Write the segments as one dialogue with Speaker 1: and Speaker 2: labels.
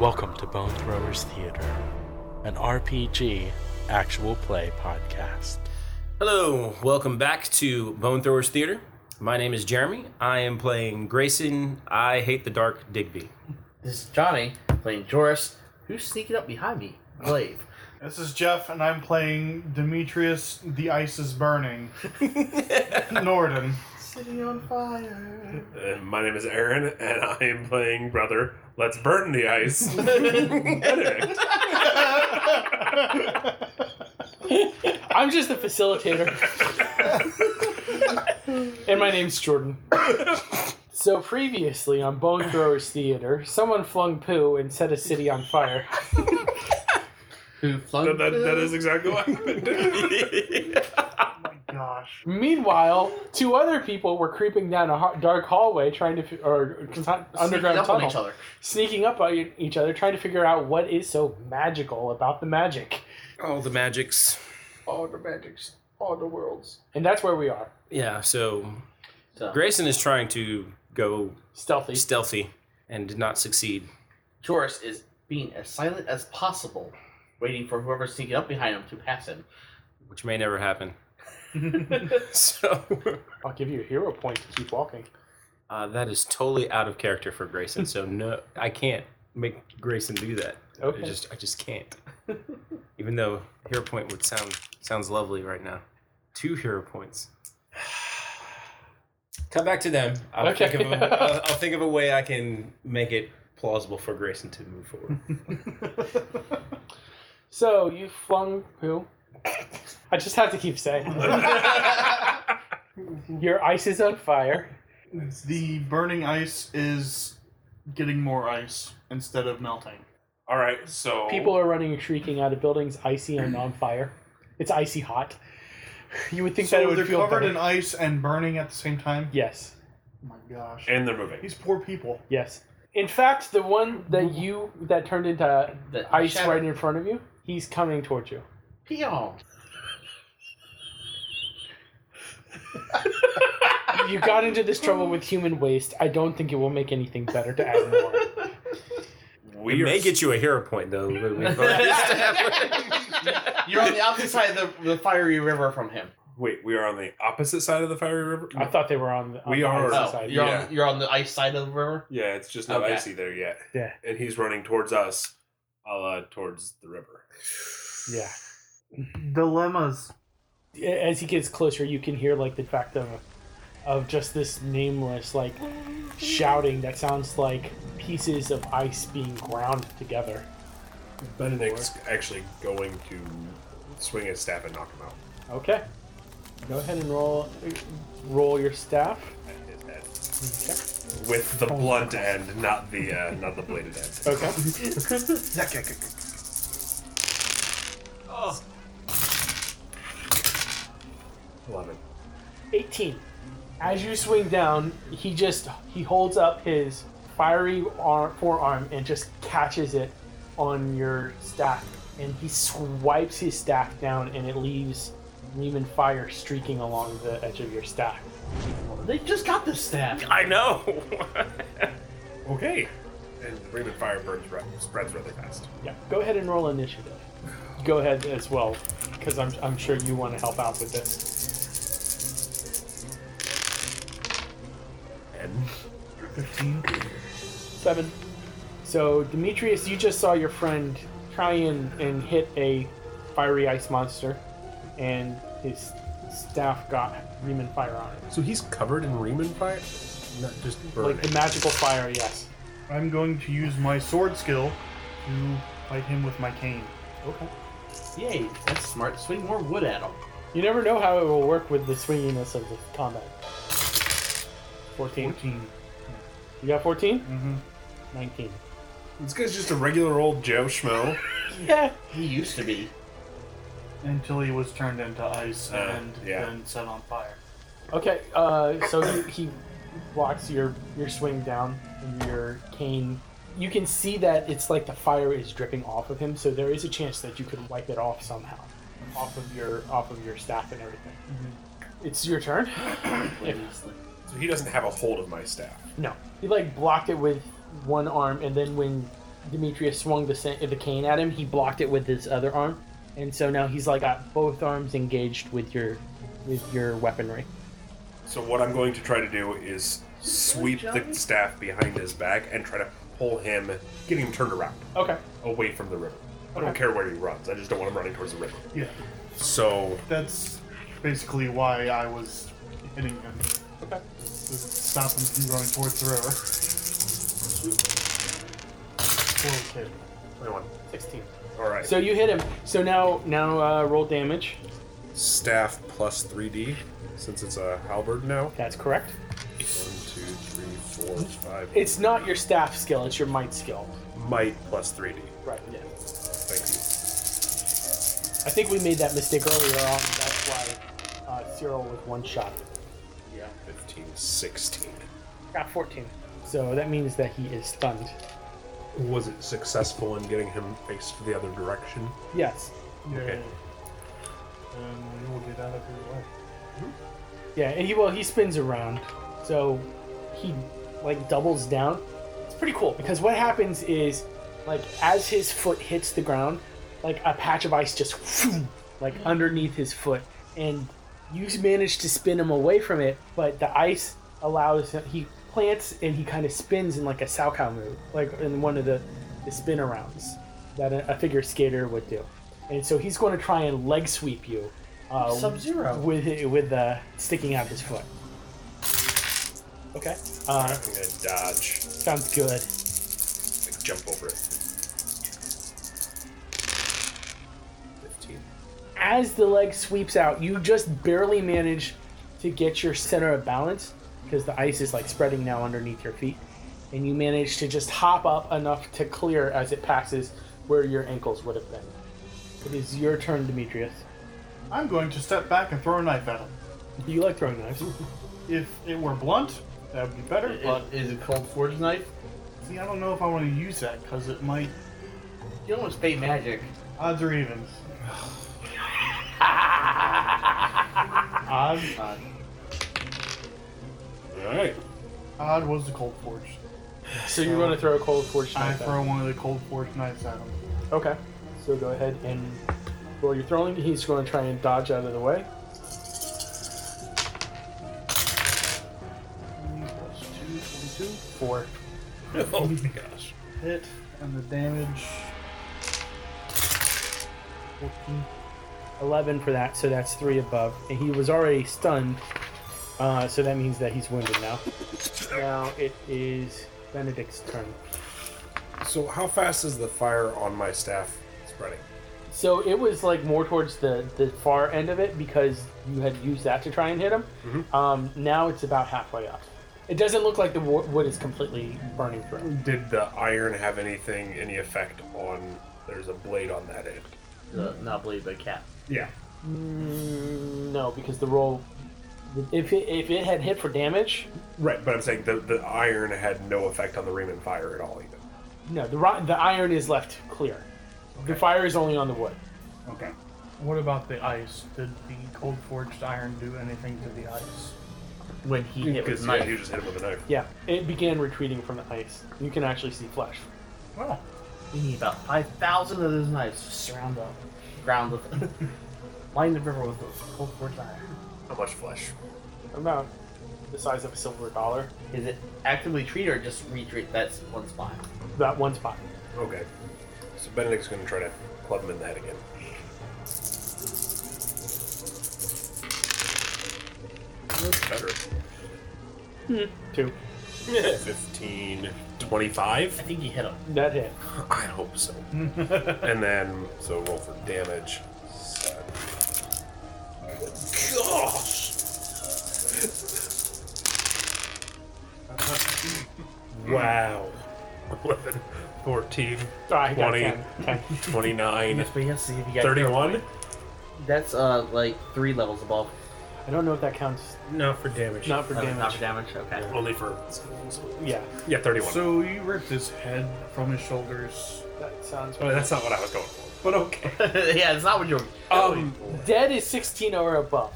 Speaker 1: Welcome to Bone Throwers Theater, an RPG actual play podcast.
Speaker 2: Hello, welcome back to Bone Throwers Theater. My name is Jeremy. I am playing Grayson. I hate the dark Digby.
Speaker 3: This is Johnny playing Joris, who's sneaking up behind me. Glaive.
Speaker 4: This is Jeff, and I'm playing Demetrius. The ice is burning. Norden.
Speaker 3: City on fire.
Speaker 5: And Uh, my name is Aaron, and I am playing Brother. Let's burn the ice. Benedict.
Speaker 6: I'm just the facilitator. and my name's Jordan. So previously on Bone Throwers Theater, someone flung poo and set a city on fire.
Speaker 3: Who flung
Speaker 5: that, that, that is exactly what happened.
Speaker 4: Gosh.
Speaker 6: Meanwhile, two other people were creeping down a har- dark hallway trying to, fi- or underground
Speaker 3: up
Speaker 6: tunnel,
Speaker 3: on each other.
Speaker 6: sneaking up on e- each other, trying to figure out what is so magical about the magic.
Speaker 2: All the magics.
Speaker 6: All the magics, all the worlds, and that's where we are.
Speaker 2: Yeah, so
Speaker 3: So,
Speaker 2: Grayson is trying to go
Speaker 6: Stealthy.
Speaker 2: stealthy and did not succeed.
Speaker 3: Joris is being as silent as possible, waiting for whoever's sneaking up behind him to pass him.
Speaker 2: which may never happen. so
Speaker 6: I'll give you a hero point to keep walking.
Speaker 2: uh, that is totally out of character for Grayson. So no, I can't make Grayson do that.
Speaker 6: Okay.
Speaker 2: I just I just can't. Even though hero point would sound sounds lovely right now. Two hero points. Come back to them. I'll,
Speaker 6: Okay.
Speaker 2: think of a, I'll, I'll think of a way I can make it plausible for Grayson to move forward.
Speaker 6: So you flung poo. I just have to keep saying your ice is on fire.
Speaker 4: The burning ice is getting more ice instead of melting.
Speaker 5: All right, so
Speaker 6: People are running and shrieking out of buildings, icy and on fire. It's icy hot. You would think that it
Speaker 4: So
Speaker 6: would
Speaker 4: they're
Speaker 6: feel
Speaker 4: covered
Speaker 6: better.
Speaker 4: in ice and burning at the same time?
Speaker 6: yes,
Speaker 4: Oh my gosh.
Speaker 5: and they're moving.
Speaker 4: These poor people.
Speaker 6: yes. In fact, the one that you that turned into
Speaker 3: The
Speaker 6: ice
Speaker 3: shadow-
Speaker 6: right in front of you, he's coming towards you.
Speaker 3: Peon.
Speaker 6: You got into this trouble with human waste. I don't think it will make anything better to add more.
Speaker 2: We may get you a hero point though. but we've already
Speaker 3: You're on the opposite side of the, the fiery river from him.
Speaker 5: Wait, we are on the opposite side of the fiery river.
Speaker 6: I thought they were on the, on
Speaker 5: We
Speaker 6: the
Speaker 5: are-
Speaker 6: icy
Speaker 3: Oh,
Speaker 6: side.
Speaker 3: you're,
Speaker 5: yeah.
Speaker 3: on, you're on the ice side of the river?
Speaker 5: yeah, it's just not
Speaker 3: Okay.
Speaker 5: icy there yet.
Speaker 6: Yeah.
Speaker 5: and he's running towards us, a la towards the river.
Speaker 6: Yeah.
Speaker 4: Dilemmas.
Speaker 6: as he gets closer, you can hear like the fact of, of just this nameless like shouting that sounds like pieces of ice being ground together.
Speaker 5: Benedict's actually going to swing his staff and knock him out.
Speaker 6: Okay, go ahead and roll roll your staff.
Speaker 5: at his head. With
Speaker 6: Oh,
Speaker 5: the blunt end, not the uh, not the bladed end.
Speaker 6: Okay,
Speaker 5: Eleven.
Speaker 6: eighteen. As you swing down, he just he holds up his fiery arm, forearm and just catches it on your staff, and he swipes his staff down, and it leaves Lehman fire streaking along the edge of your staff.
Speaker 3: They just got this staff.
Speaker 2: I know.
Speaker 5: Okay. And Raven Fire burns ra- spreads rather fast.
Speaker 6: Yeah, go ahead and roll initiative. Go ahead as well, because I'm, I'm sure you want to help out with this.
Speaker 5: And
Speaker 6: Seven. So, Demetrius, you just saw your friend try and, and hit a fiery ice monster, and his staff got Riemann fire on it.
Speaker 5: so he's covered in Raven Fire, not just burning.
Speaker 6: Like the magical fire, yes.
Speaker 4: I'm going to use my sword skill to fight him with my cane.
Speaker 6: Okay.
Speaker 3: Yay, that's smart. Swing more wood at him.
Speaker 6: You never know how it will work with the swinginess of the combat. 14.
Speaker 4: 14.
Speaker 6: You got 14?
Speaker 4: Mm-hmm.
Speaker 6: 19.
Speaker 5: This guy's just a regular old Joe Schmo.
Speaker 6: Yeah.
Speaker 3: He used to be.
Speaker 4: until he was turned into ice
Speaker 5: Uh,
Speaker 4: and
Speaker 5: yeah.
Speaker 4: then set on fire.
Speaker 6: Okay, uh, so he, he blocks your your swing down and your cane. You can see that it's like the fire is dripping off of him, so there is a chance that you could wipe it off somehow, off of your off of your staff and everything. It's your turn.
Speaker 3: Previously.
Speaker 5: So he doesn't have a hold of my staff.
Speaker 6: No, he like blocked it with one arm, and then when Demetrius swung the sa- the cane at him, he blocked it with his other arm, and so now he's like got both arms engaged with your with your weaponry.
Speaker 5: So what I'm going to try to do is sweep the staff behind his back and try to pull him, getting him turned around,
Speaker 6: Okay.
Speaker 5: away from the river. I don't
Speaker 6: Okay.
Speaker 5: care where he runs. I just don't want him running towards the river.
Speaker 4: Yeah,
Speaker 5: So
Speaker 4: that's basically why I was hitting him
Speaker 6: Okay.
Speaker 4: to stop him from going towards the river. Okay.
Speaker 5: 21.
Speaker 6: Sixteen.
Speaker 5: All right.
Speaker 6: So you hit him. So now, now uh, roll damage.
Speaker 5: staff plus 3d since it's a halberd now.
Speaker 6: That's correct.
Speaker 5: One, two, three, four, five.
Speaker 6: It's not your staff skill; it's your might skill.
Speaker 5: might plus 3d.
Speaker 6: Right. Yeah.
Speaker 5: Thank
Speaker 6: I think we made that mistake earlier on. and That's why uh, Cyril was one shot.
Speaker 3: Yeah.
Speaker 5: you. 15, 16.
Speaker 6: Got fourteen. So that means that he is stunned.
Speaker 5: Was it successful in getting him faced the other direction?
Speaker 6: Yes.
Speaker 4: Yeah.
Speaker 5: Okay.
Speaker 4: And we will get out of your way.
Speaker 6: Yeah. And he well he spins around, so he like doubles down. It's pretty cool because what happens is like as his foot hits the ground, like a patch of ice just like underneath his foot, and you manage to spin him away from it, but the ice allows him. He plants and he kind of spins in like a Salchow move, like in one of the, the spin arounds that a, a figure skater would do, and so he's going to try and leg sweep you. Uh,
Speaker 3: Sub-Zero.
Speaker 6: with with uh, sticking out his foot. Okay, uh,
Speaker 5: I'm gonna dodge,
Speaker 6: sounds good.
Speaker 5: like jump over it. 15.
Speaker 6: as the leg sweeps out, you just barely manage to get your center of balance because the ice is like spreading now underneath your feet, and you manage to just hop up enough to clear as it passes where your ankles would have been. It is your turn, Demetrius.
Speaker 4: I'm going to step back and throw a knife at him.
Speaker 6: You like throwing knives?
Speaker 4: If it were blunt, that would be better. But
Speaker 3: Is, is it called Forge Knife?
Speaker 4: see, I don't know if I want to use that because it might
Speaker 3: You almost pay magic.
Speaker 4: odds or evens. odd,
Speaker 3: Uh,
Speaker 5: Alright.
Speaker 4: odd was the cold forge.
Speaker 6: So you're going to throw a cold forge
Speaker 4: I
Speaker 6: knife. at
Speaker 4: throw
Speaker 6: him.
Speaker 4: one of the cold forge knives at him.
Speaker 6: Okay. So go ahead and roll your throwing. He's going to try and dodge out of the way.
Speaker 4: Plus two, 22.
Speaker 6: Four.
Speaker 5: Oh my gosh.
Speaker 4: Hit and the damage. 14.
Speaker 6: 11 for that, so that's three above. And he was already stunned, uh, so that means that he's wounded now. Now it is Benedict's turn.
Speaker 5: So how fast is the fire on my staff spreading?
Speaker 6: So it was like more towards the, the far end of it because you had used that to try and hit him. Um, now it's about halfway up. It doesn't look like the wo- wood is completely burning through.
Speaker 5: Did the iron have anything, any effect on? There's a blade on that end.
Speaker 3: uh, not believe the cat.
Speaker 5: Yeah.
Speaker 6: Mm, no, because the roll. If it, if it had hit for damage,
Speaker 5: Right, but I'm saying the, the iron had no effect on the Raymond fire at all, even.
Speaker 6: no, the, ro- the iron is left clear. The fire is only on the wood.
Speaker 4: Okay. What about the ice? Did the cold forged iron do anything to the ice?
Speaker 3: When he hit with
Speaker 5: Because
Speaker 3: knife.
Speaker 5: yeah, you just hit him with a knife.
Speaker 6: Yeah, it began retreating from the ice. You can actually see flesh.
Speaker 4: Well,
Speaker 3: We need about 5,000 of those knives to surround the ground with Line the river with those cold forged iron.
Speaker 5: How much flesh?
Speaker 6: About the size of a silver dollar.
Speaker 3: Is it actively treat or just retreat that one spot?
Speaker 6: That one spot.
Speaker 5: Okay. So Benedict's going to try to club him in the head again.
Speaker 6: 2
Speaker 5: Better. 15, 25?
Speaker 3: I think he hit him.
Speaker 6: That hit.
Speaker 5: I hope so. and then, so roll for damage. Seven. Gosh! Wow. 11, 14,
Speaker 6: All right, I got
Speaker 5: 20.
Speaker 6: 10. 10.
Speaker 5: 29,
Speaker 3: Yes, but yes, if you got
Speaker 5: 31.
Speaker 3: That's uh like three levels above.
Speaker 6: I don't know if that counts.
Speaker 7: Not for damage.
Speaker 6: Not for
Speaker 3: Uh,
Speaker 6: damage.
Speaker 3: Not for damage. Okay.
Speaker 5: Only for.
Speaker 6: Yeah,
Speaker 5: Yeah, 31.
Speaker 4: So you ripped his head from his shoulders.
Speaker 6: that sounds
Speaker 5: Oh,
Speaker 6: right.
Speaker 5: that's not what I was going for. But okay.
Speaker 3: yeah, it's not what you're.
Speaker 6: Uh,
Speaker 5: Um,
Speaker 6: Dead is 16 or above.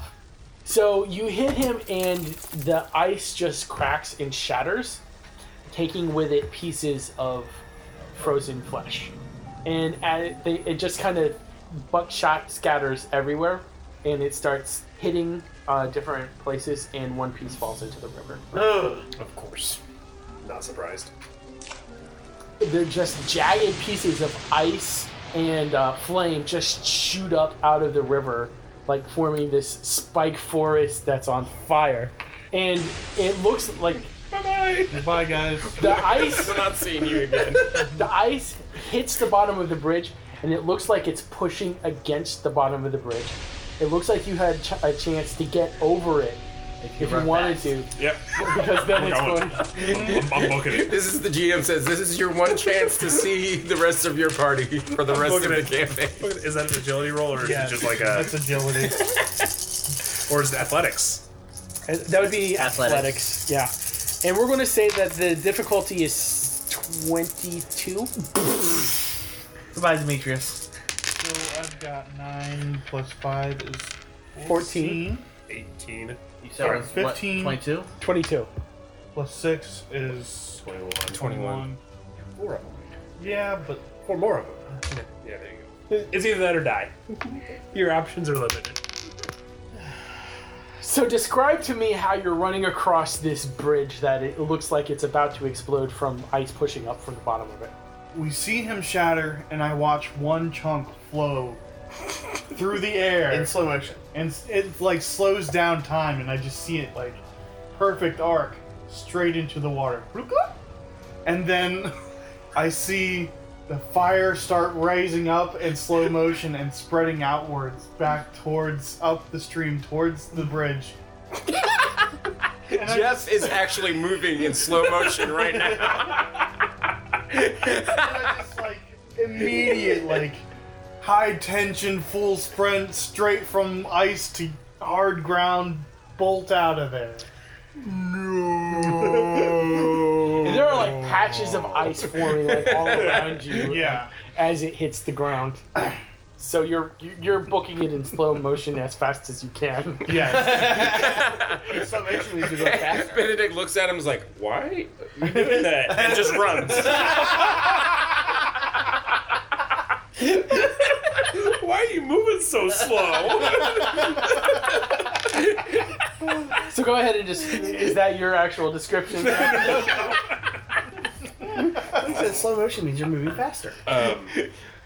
Speaker 6: So you hit him, and the ice just cracks and shatters, taking with it pieces of frozen flesh. And at it, they, it just kind of buckshot scatters everywhere, and it starts hitting uh, different places, and one piece falls into the river.
Speaker 5: of course. Not surprised.
Speaker 6: they're just jagged pieces of ice and uh, flame just shoot up out of the river, like forming this spike forest that's on fire. And it looks like
Speaker 4: Bye, guys.
Speaker 6: the ice
Speaker 7: I'm not seeing you again.
Speaker 6: the ice hits the bottom of the bridge, and it looks like it's pushing against the bottom of the bridge. It looks like you had ch- a chance to get over it if you
Speaker 3: run
Speaker 6: wanted
Speaker 3: fast.
Speaker 6: to,
Speaker 5: Yep.
Speaker 6: because then it's
Speaker 5: going.
Speaker 6: going.
Speaker 5: I'm, I'm booking it.
Speaker 7: This is the GM says this is your one chance to see the rest of your party for the rest of
Speaker 5: looking
Speaker 7: the
Speaker 5: at-
Speaker 7: campaign.
Speaker 5: Look at- Is that an agility roll or
Speaker 4: Yeah,
Speaker 5: is it just like a.
Speaker 4: That's agility.
Speaker 5: Or is it athletics?
Speaker 6: Uh, That would be athletics.
Speaker 3: Athletics.
Speaker 6: Yeah. And we're going to say that the difficulty is 22.
Speaker 3: Goodbye, Demetrius.
Speaker 4: so I've got nine plus five is 14.
Speaker 6: 14.
Speaker 5: 18,
Speaker 3: You said it was what,
Speaker 4: 15.
Speaker 3: 22?
Speaker 6: 22.
Speaker 4: Plus six is
Speaker 5: 21.
Speaker 7: 21.
Speaker 5: Four of them.
Speaker 4: Yeah, but
Speaker 5: Four more of them. Yeah, there you go. It's either that or die. Your options are limited.
Speaker 6: So describe to me how you're running across this bridge that it looks like it's about to explode from ice pushing up from the bottom of it.
Speaker 4: we see him shatter, and I watch one chunk flow through the air.
Speaker 3: In slow motion.
Speaker 4: and s- it like slows down time and i just see it like perfect arc straight into the water and then i see the fire start rising up in slow motion and spreading outwards back towards up the stream towards the bridge and I,
Speaker 7: Jeff is actually moving in slow motion right now.
Speaker 4: I just like immediate like high tension full sprint straight from ice to hard ground bolt out of there
Speaker 6: And there are like patches of ice forming like all around you
Speaker 4: yeah
Speaker 6: as it hits the ground. So you're you're booking it in slow motion as fast as you can.
Speaker 4: yes
Speaker 3: Slow motion means you go fast.
Speaker 7: Benedict looks at him and is like, "Why are you doing that?" And just runs.
Speaker 5: Why are you moving so slow?
Speaker 6: So go ahead and just is that your actual description?
Speaker 3: slow motion means you're moving faster.
Speaker 5: um,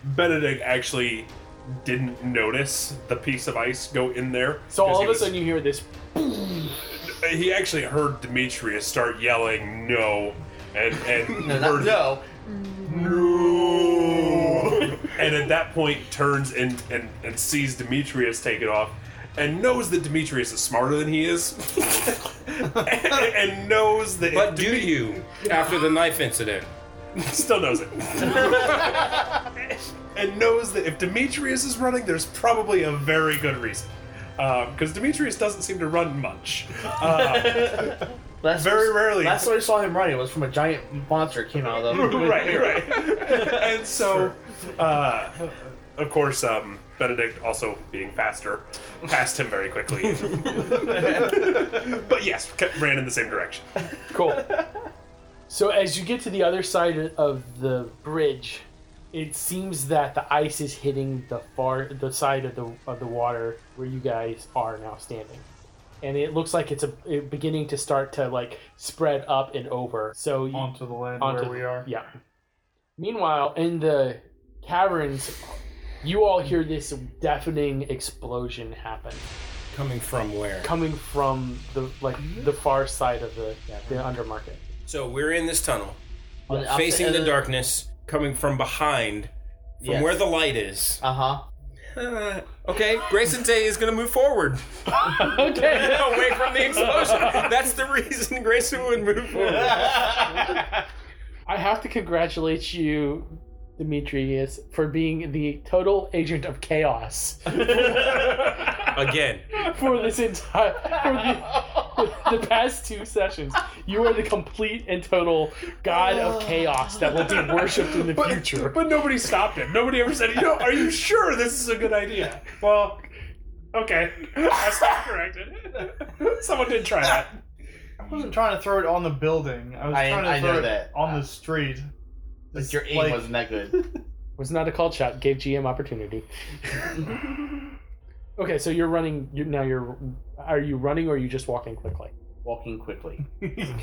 Speaker 5: Benedict actually didn't notice the piece of ice go in there.
Speaker 6: So
Speaker 5: 'cause
Speaker 6: all
Speaker 5: he
Speaker 6: of a
Speaker 5: was-
Speaker 6: sudden you hear this
Speaker 5: he actually heard Demetrius start yelling no, and and
Speaker 3: No, not,
Speaker 5: heard,
Speaker 3: no.
Speaker 5: no, and at that point turns and, and and sees Demetrius take it off, and knows that Demetrius is smarter than he is, and, and knows that
Speaker 7: But
Speaker 5: if
Speaker 7: do you after the knife incident?
Speaker 5: still knows it. and knows that if Demetrius is running, there's probably a very good reason. Because Demetrius doesn't seem to run much. Uh,
Speaker 3: Last
Speaker 5: Very rarely.
Speaker 3: Last time I saw him running was from a giant monster that came out of them.
Speaker 5: right, right. and so, uh, of course, um, Benedict, also being faster, passed him very quickly. but yes, kept- ran in the same direction.
Speaker 6: Cool. So as you get to the other side of the bridge, it seems that the ice is hitting the far the side of the of the water where you guys are now standing. And it looks like it's a, it beginning to start to like spread up and over. So you,
Speaker 4: onto the land
Speaker 6: onto
Speaker 4: where we are.
Speaker 6: Yeah. Meanwhile, in the caverns, you all hear this deafening explosion happen
Speaker 7: Coming from where?
Speaker 6: coming from the like the far side of the the undermarket.
Speaker 7: So we're in this tunnel,
Speaker 3: On the
Speaker 7: facing the
Speaker 3: opposite-
Speaker 7: darkness, coming from behind, from
Speaker 3: Yes.
Speaker 7: where the light is.
Speaker 3: Uh huh.
Speaker 7: Uh, okay, Grayson Tay is going to move forward.
Speaker 6: Okay.
Speaker 7: away from the explosion. That's the reason Grayson would move forward.
Speaker 6: I have to congratulate you, Demetrius, for being the total agent of chaos
Speaker 2: Again,
Speaker 6: for this entire for the, the past two sessions. You are the complete and total god of chaos that will be worshipped in the future.
Speaker 5: But nobody stopped him. Nobody ever said, you know, are you sure this is a good ididea? Well, okay. I stand corrected. Someone did try that.
Speaker 4: I wasn't trying to throw it on the building. I was
Speaker 3: I-
Speaker 4: trying to
Speaker 3: I
Speaker 4: throw
Speaker 3: know
Speaker 4: it
Speaker 3: that.
Speaker 4: on the street.
Speaker 3: But
Speaker 4: It's
Speaker 3: your aim
Speaker 4: like-
Speaker 3: wasn't that good.
Speaker 6: Was not a called shot. Gave GM opportunity. okay, so you're running. You're, now you're. Are you running or are you just walking quickly?
Speaker 3: Walking quickly.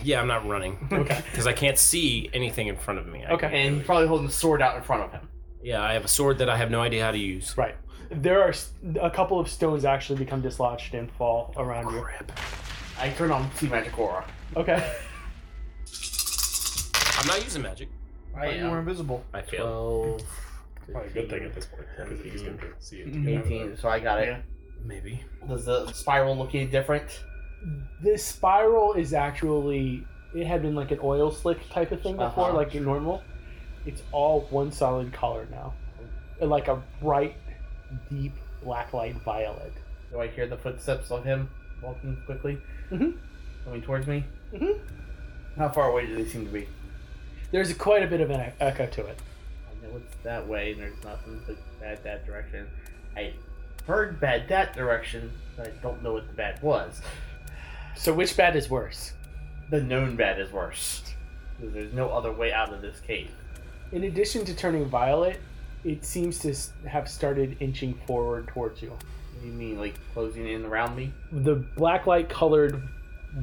Speaker 2: yeah, I'm not running
Speaker 6: Okay.
Speaker 2: because I can't see anything in front of me. I-
Speaker 6: Okay.
Speaker 3: And he's probably holding the sword out in front of him.
Speaker 2: Yeah, I have a sword that I have no idea how to use.
Speaker 6: Right. There are s- a couple of stones actually become dislodged and fall around you.
Speaker 3: I turn on see magic aura.
Speaker 6: Okay.
Speaker 2: I'm not using magic.
Speaker 3: I
Speaker 4: Like, We're invisible.
Speaker 2: I failed.
Speaker 3: 12,
Speaker 5: Probably a good thing at this point. Because he's going to see it.
Speaker 3: 18, so I got it.
Speaker 4: Yeah.
Speaker 2: Maybe.
Speaker 3: Does the spiral look any different?
Speaker 6: This spiral is actually it had been like an oil slick type of thing before,
Speaker 3: Uh-huh.
Speaker 6: like your normal. It's all one solid color now, like a bright, deep black light violet.
Speaker 3: Do I hear the footsteps of him walking quickly?
Speaker 6: Mhm.
Speaker 3: Coming towards me?
Speaker 6: Mhm.
Speaker 3: Mm-hmm. How far away do they seem to be?
Speaker 6: There's quite a bit of an e- echo to it.
Speaker 3: I know it's that way, and there's nothing but bad that direction. I heard bad that direction, but I don't know what the bad was.
Speaker 6: So which bad is worse?
Speaker 3: The known bad is worse. 'Cause There's no other way out of this cave.
Speaker 6: In addition to turning violet, it seems to s- have started inching forward towards you.
Speaker 3: What do you mean, like closing in around me?
Speaker 6: the black light colored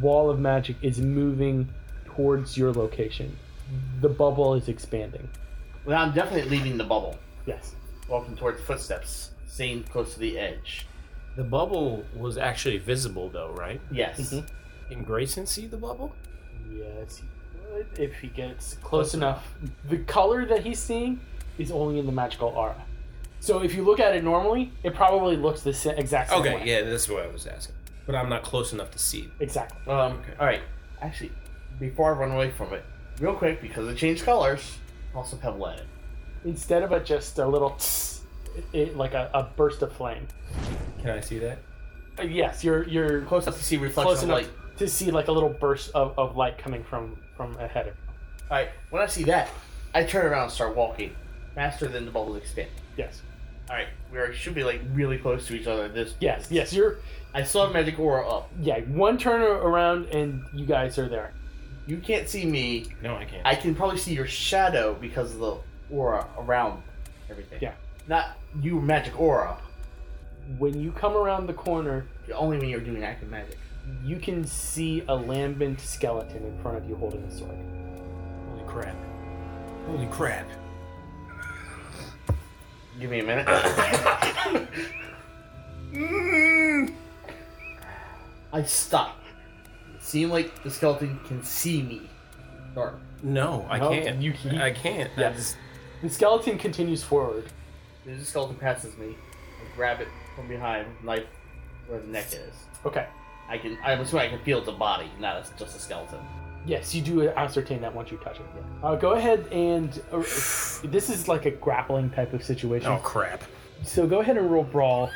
Speaker 6: wall of magic is moving towards your location. The bubble is expanding.
Speaker 3: Well, I'm definitely leaving the bubble,
Speaker 6: Yes.
Speaker 3: walking towards footsteps, staying close to the edge.
Speaker 2: The bubble was actually visible though, right?
Speaker 3: Yes.
Speaker 6: Mhm.
Speaker 2: Can Grayson see the bubble?
Speaker 6: Yes, he would if he gets close, enough. The color that he's seeing is only in the magical aura. So if you look at it normally, it probably looks the sa- exact same.
Speaker 2: Okay,
Speaker 6: way.
Speaker 2: yeah, that's what I was asking. But I'm not close enough to see.
Speaker 6: Exactly.
Speaker 3: Um, alright. Actually, before I run away from it, real quick, because it changed colors, also pebble at it.
Speaker 6: Instead of a, just a little, tss, it, like a, a burst of flame.
Speaker 2: Can I see that?
Speaker 6: Uh, yes, you're you're
Speaker 3: Close enough to see reflection
Speaker 6: close
Speaker 3: of
Speaker 6: enough
Speaker 3: light.
Speaker 6: to see like a little burst of, of light coming from from ahead of. you.
Speaker 3: Alright, when I see that, I turn around and start walking. Faster than the bubbles expand.
Speaker 6: Yes.
Speaker 3: Alright, we should be like really close to each other at this
Speaker 6: Yes. Yes. You're
Speaker 3: I still have magic aura up.
Speaker 6: Yeah, one turn around and you guys are there.
Speaker 3: You can't see me.
Speaker 2: No, I can't.
Speaker 3: I can probably see your shadow because of the aura around everything.
Speaker 6: Yeah.
Speaker 3: Not you magic aura.
Speaker 6: When you come around the corner,
Speaker 3: Only when you're doing active magic.
Speaker 6: you can see a lambent skeleton in front of you holding a sword.
Speaker 2: Holy crap. Holy crap.
Speaker 3: Give me a minute. I stop. It seemed like the skeleton can see me. Dark.
Speaker 2: No, I
Speaker 6: No,
Speaker 2: can't.
Speaker 6: you can't.
Speaker 2: I can't. I
Speaker 6: Yeah.
Speaker 2: just-
Speaker 6: The skeleton continues forward.
Speaker 3: There's a skeleton passes me. I grab it from behind, knife where the neck is.
Speaker 6: Okay.
Speaker 3: I can. I'm assuming I can feel the body, not as just a skeleton.
Speaker 6: Yes, you do ascertain that once you touch it. Yeah. Uh, go ahead and uh, this is like a grappling type of situation.
Speaker 2: oh crap.
Speaker 6: So go ahead and roll brawl.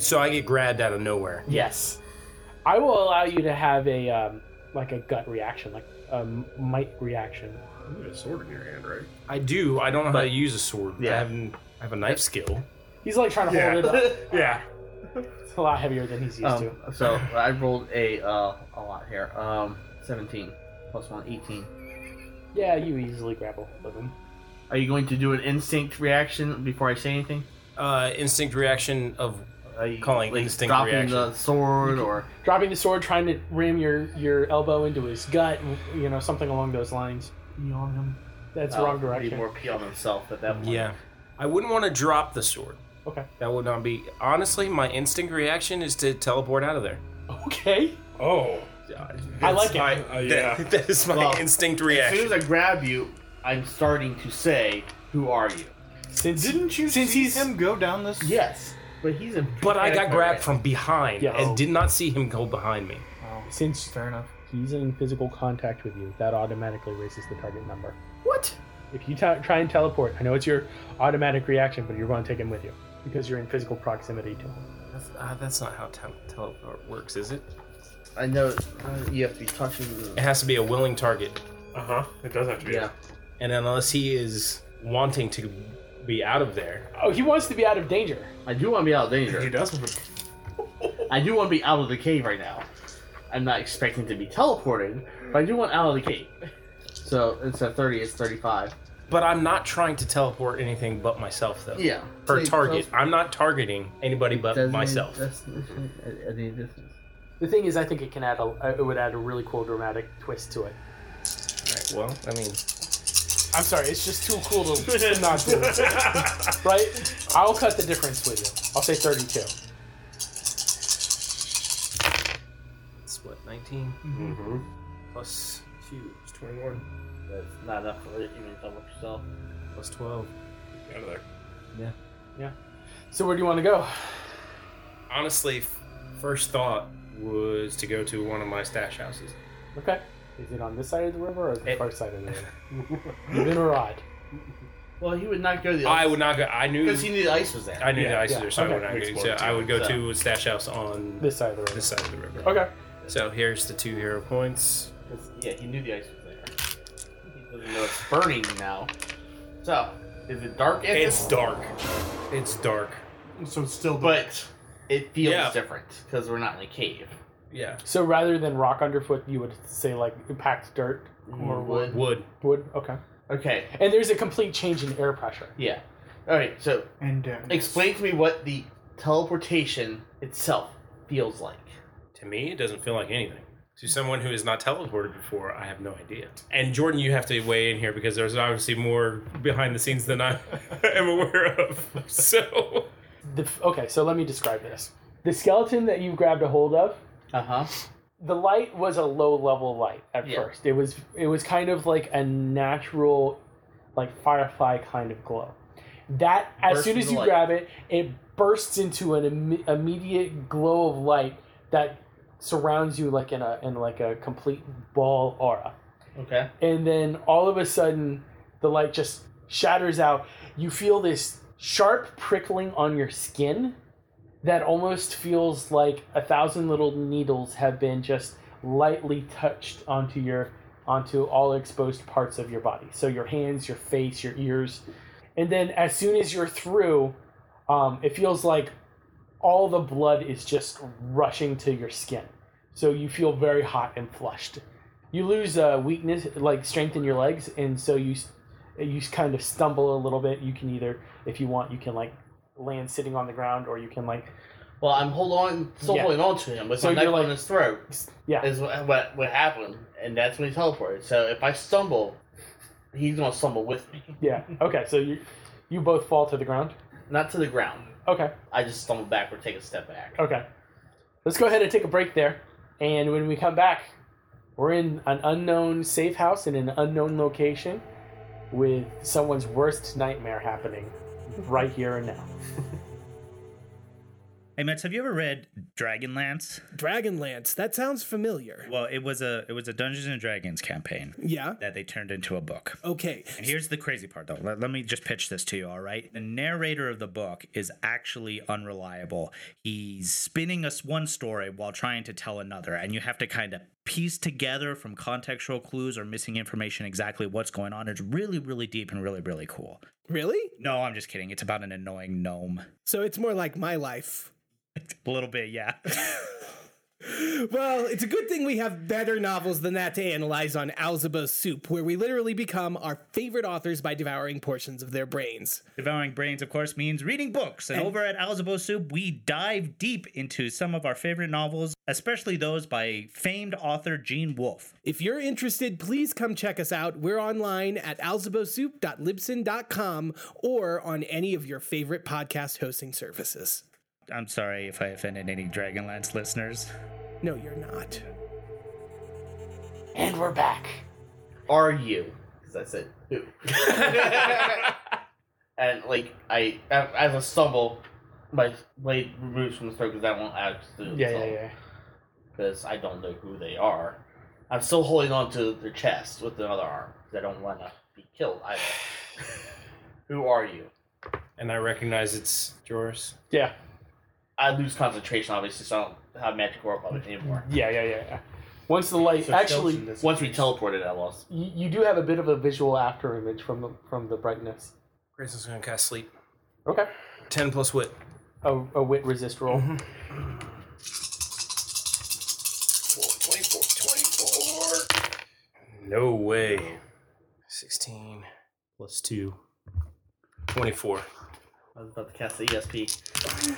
Speaker 2: So I get grabbed out of nowhere.
Speaker 6: Yes, I will allow you to have a um, like a gut reaction, like a might reaction.
Speaker 5: You have a sword in your hand, right?
Speaker 2: I do. I don't know how to use a sword. I
Speaker 3: Yeah.
Speaker 2: have, n- I have a knife skill.
Speaker 6: He's like trying to
Speaker 5: Yeah.
Speaker 6: hold it up.
Speaker 5: Yeah.
Speaker 6: It's a lot heavier than he's used to.
Speaker 3: Um, so I rolled a uh, a lot here. Um, 17 plus one, 18.
Speaker 6: Yeah, you easily grab a hold of him.
Speaker 3: Are you going to do an instinct reaction before I say anything?
Speaker 2: Uh, instinct reaction of
Speaker 3: Are Uh, you,
Speaker 2: Calling instinct
Speaker 3: dropping
Speaker 2: reaction.
Speaker 3: the sword or
Speaker 6: dropping the sword, trying to ram your your elbow into his gut, you know, something along those lines.
Speaker 4: Beyond him.
Speaker 6: That's
Speaker 3: Oh,
Speaker 6: wrong
Speaker 3: it'd Be
Speaker 6: direction.
Speaker 3: more pee on himself at that point.
Speaker 2: yeah. I wouldn't want to drop the sword.
Speaker 6: Okay.
Speaker 2: That would not be honestly. My instinct reaction is to teleport out of there.
Speaker 6: Okay.
Speaker 5: Oh.
Speaker 6: I like it.
Speaker 5: Uh, yeah.
Speaker 2: that is my
Speaker 3: Well,
Speaker 2: instinct
Speaker 3: As soon
Speaker 2: reaction.
Speaker 3: as I grab you, I'm starting to say, "Who are you?"
Speaker 6: Since
Speaker 4: Didn't you
Speaker 6: since
Speaker 4: see
Speaker 6: he's
Speaker 4: him go down this?
Speaker 3: Yes, but he's in.
Speaker 2: but I got grabbed from behind
Speaker 6: Yeah.
Speaker 2: and did not see him go behind me.
Speaker 4: Oh,
Speaker 6: since
Speaker 4: fair enough.
Speaker 6: he's in physical contact with you, that automatically raises the target number.
Speaker 2: What?
Speaker 6: If you ta try and teleport, I know it's your automatic reaction, but you're going to take him with you because you're in physical proximity to him.
Speaker 2: That's, uh, that's not how tel- teleport works, is it?
Speaker 3: I know uh, you have to be touching.
Speaker 2: It
Speaker 3: The...
Speaker 2: has to be a willing target,
Speaker 5: Uh huh. It does have to be.
Speaker 3: Yeah.
Speaker 2: and unless he is wanting to be out of there,
Speaker 6: Oh, he wants to be out of danger.
Speaker 3: I do want to be out of
Speaker 5: He
Speaker 3: danger.
Speaker 5: does.
Speaker 3: I do want to be out of the cave right now. I'm not expecting to be teleporting, but I do want out of the cave. So instead of 30, it's 35.
Speaker 2: but I'm not trying to teleport anything but myself, though.
Speaker 3: Yeah.
Speaker 2: Per
Speaker 3: So-
Speaker 2: target,
Speaker 3: so-
Speaker 2: I'm not targeting anybody but
Speaker 3: doesn't-
Speaker 2: myself.
Speaker 3: that's- that's- I- I need this.
Speaker 6: The thing is, I think it can add a, it would add a really cool dramatic twist to it.
Speaker 2: Right, well, I mean,
Speaker 6: I'm sorry, it's just too cool to, to not do it. Right? I'll cut the difference with you. I'll say 32.
Speaker 2: it's what 19
Speaker 5: Mm-hmm.
Speaker 2: plus two is 21
Speaker 3: That's not enough for it, even double yourself.
Speaker 2: plus 12.
Speaker 5: Out of there.
Speaker 6: So where do you want to go?
Speaker 2: Honestly, f- first thought was to go to one of my stash houses.
Speaker 6: Okay. Is it on this side of the river or the
Speaker 2: It-
Speaker 6: far side of the river? You've been rod.
Speaker 3: Well, he would not go to the
Speaker 2: I
Speaker 3: ice
Speaker 2: would not go. I knew.
Speaker 3: because he knew the ice was there.
Speaker 2: I knew
Speaker 5: Yeah,
Speaker 2: the ice
Speaker 6: yeah,
Speaker 2: was there, so
Speaker 6: okay.
Speaker 2: I would not
Speaker 5: Makes
Speaker 2: go.
Speaker 5: more
Speaker 2: So I would go
Speaker 3: sense.
Speaker 2: to a stash house on
Speaker 6: This side of the river.
Speaker 2: this side of the river.
Speaker 6: Okay.
Speaker 2: So here's the two hero points.
Speaker 3: 'Cause, yeah, he knew the ice was there. He doesn't know it's burning now. So, is it dark? at
Speaker 2: It's
Speaker 3: this-
Speaker 2: dark. It's dark.
Speaker 4: So it's still
Speaker 3: but it feels
Speaker 2: Yeah.
Speaker 3: different because we're not in a cave.
Speaker 2: Yeah.
Speaker 6: So rather than rock underfoot, you would say like packed dirt or wood.
Speaker 2: Wood.
Speaker 6: Wood. Okay.
Speaker 3: Okay,
Speaker 6: And there's a complete change in air pressure.
Speaker 3: yeah. All right, so
Speaker 4: and down.
Speaker 3: explain to me what the teleportation itself feels like.
Speaker 2: To me, it doesn't feel like anything. To someone who has not teleported before, I have no idea. And Jordan, you have to weigh in here because there's obviously more behind the scenes than I am aware of. So
Speaker 6: The, okay, so let me describe this. The skeleton that you grabbed a hold of,
Speaker 3: Uh
Speaker 6: Uh-huh,
Speaker 3: huh.
Speaker 6: the light was a low level light at
Speaker 3: Yeah.
Speaker 6: first. It was it was kind of like a natural, like firefly kind of glow. That as
Speaker 3: Burst
Speaker 6: soon
Speaker 3: into
Speaker 6: as you
Speaker 3: light.
Speaker 6: grab it, it bursts into an imme- immediate glow of light that surrounds you like in a in like a complete ball aura.
Speaker 3: Okay.
Speaker 6: and then all of a sudden the light just shatters out you feel this sharp prickling on your skin that almost feels like a thousand little needles have been just lightly touched onto your onto all exposed parts of your body so your hands your face your ears and then as soon as you're through um, it feels like all the blood is just rushing to your skin so you feel very hot and flushed you lose uh, weakness, like strength in your legs, and so you s- you s- kind of stumble a little bit. You can either, if you want, you can like land sitting on the ground, or you can like
Speaker 3: Well, I'm hold on, still
Speaker 6: Yeah.
Speaker 3: holding on to him with
Speaker 6: So
Speaker 3: my knife
Speaker 6: you're like-
Speaker 3: on his throat.
Speaker 6: yeah.
Speaker 3: Is what, what what happened, and that's when he teleported. So if I stumble, he's gonna stumble with me,
Speaker 6: yeah. Okay, so you you both fall to the ground.
Speaker 3: not to the ground.
Speaker 6: Okay,
Speaker 3: I just stumble backward, take a step back.
Speaker 6: okay. Let's go ahead and take a break there, and when we come back, we're in an unknown safe house in an unknown location, with someone's worst nightmare happening right here and now.
Speaker 8: Hey Max, have you ever read Dragonlance?
Speaker 9: Dragonlance. That sounds familiar.
Speaker 8: Well, it was a it was a Dungeons and Dragons campaign
Speaker 9: Yeah.
Speaker 8: that they turned into a book.
Speaker 9: Okay.
Speaker 8: And here's the crazy part though. Let, let me just pitch this to you, all right? The narrator of the book is actually unreliable. He's spinning us one story while trying to tell another, and you have to kind of piece together from contextual clues or missing information exactly what's going on. It's really, really deep and really, really cool.
Speaker 9: Really?
Speaker 8: No, I'm just kidding. It's about an annoying gnome.
Speaker 9: So it's more like my life.
Speaker 8: a little bit, yeah.
Speaker 9: Well, it's a good thing we have better novels than that to analyze on Alzebo Soup, where we literally become our favorite authors by devouring portions of their brains.
Speaker 8: Devouring Brains, of course, means reading books. And, over at Alzebo Soup, we dive deep into some of our favorite novels, especially those by famed author Gene Wolfe.
Speaker 9: If you're interested, please come check us out. We're online at alzebosoup.libsyn.com or on any of your favorite podcast hosting services.
Speaker 8: I'm sorry if I offended any Dragonlance listeners.
Speaker 9: No, you're not.
Speaker 3: And we're back. Are you? Because I said who. and like I, as a stumble, my blade removes from the throat because I won't add to the
Speaker 6: Yeah, yeah, yeah.
Speaker 3: Because I don't know who they are. I'm still holding on to their chest with the other arm because I don't want to be killed either. Who are you?
Speaker 2: And I recognize it's Joris.
Speaker 6: Yeah.
Speaker 3: I lose concentration, obviously, so I don't have magic orb on it anymore.
Speaker 6: Yeah, yeah, yeah. yeah. Once the light, actually,
Speaker 2: Skelton, this-
Speaker 3: Once we teleported, I lost.
Speaker 6: you, you do have a bit of a visual after image from the from the brightness.
Speaker 2: Grayson's gonna cast sleep.
Speaker 6: Okay.
Speaker 2: Ten plus wit.
Speaker 6: A, a wit resist roll.
Speaker 2: 24, 24. No way. 16 plus 2. 24.
Speaker 3: I was about to cast the E ESP.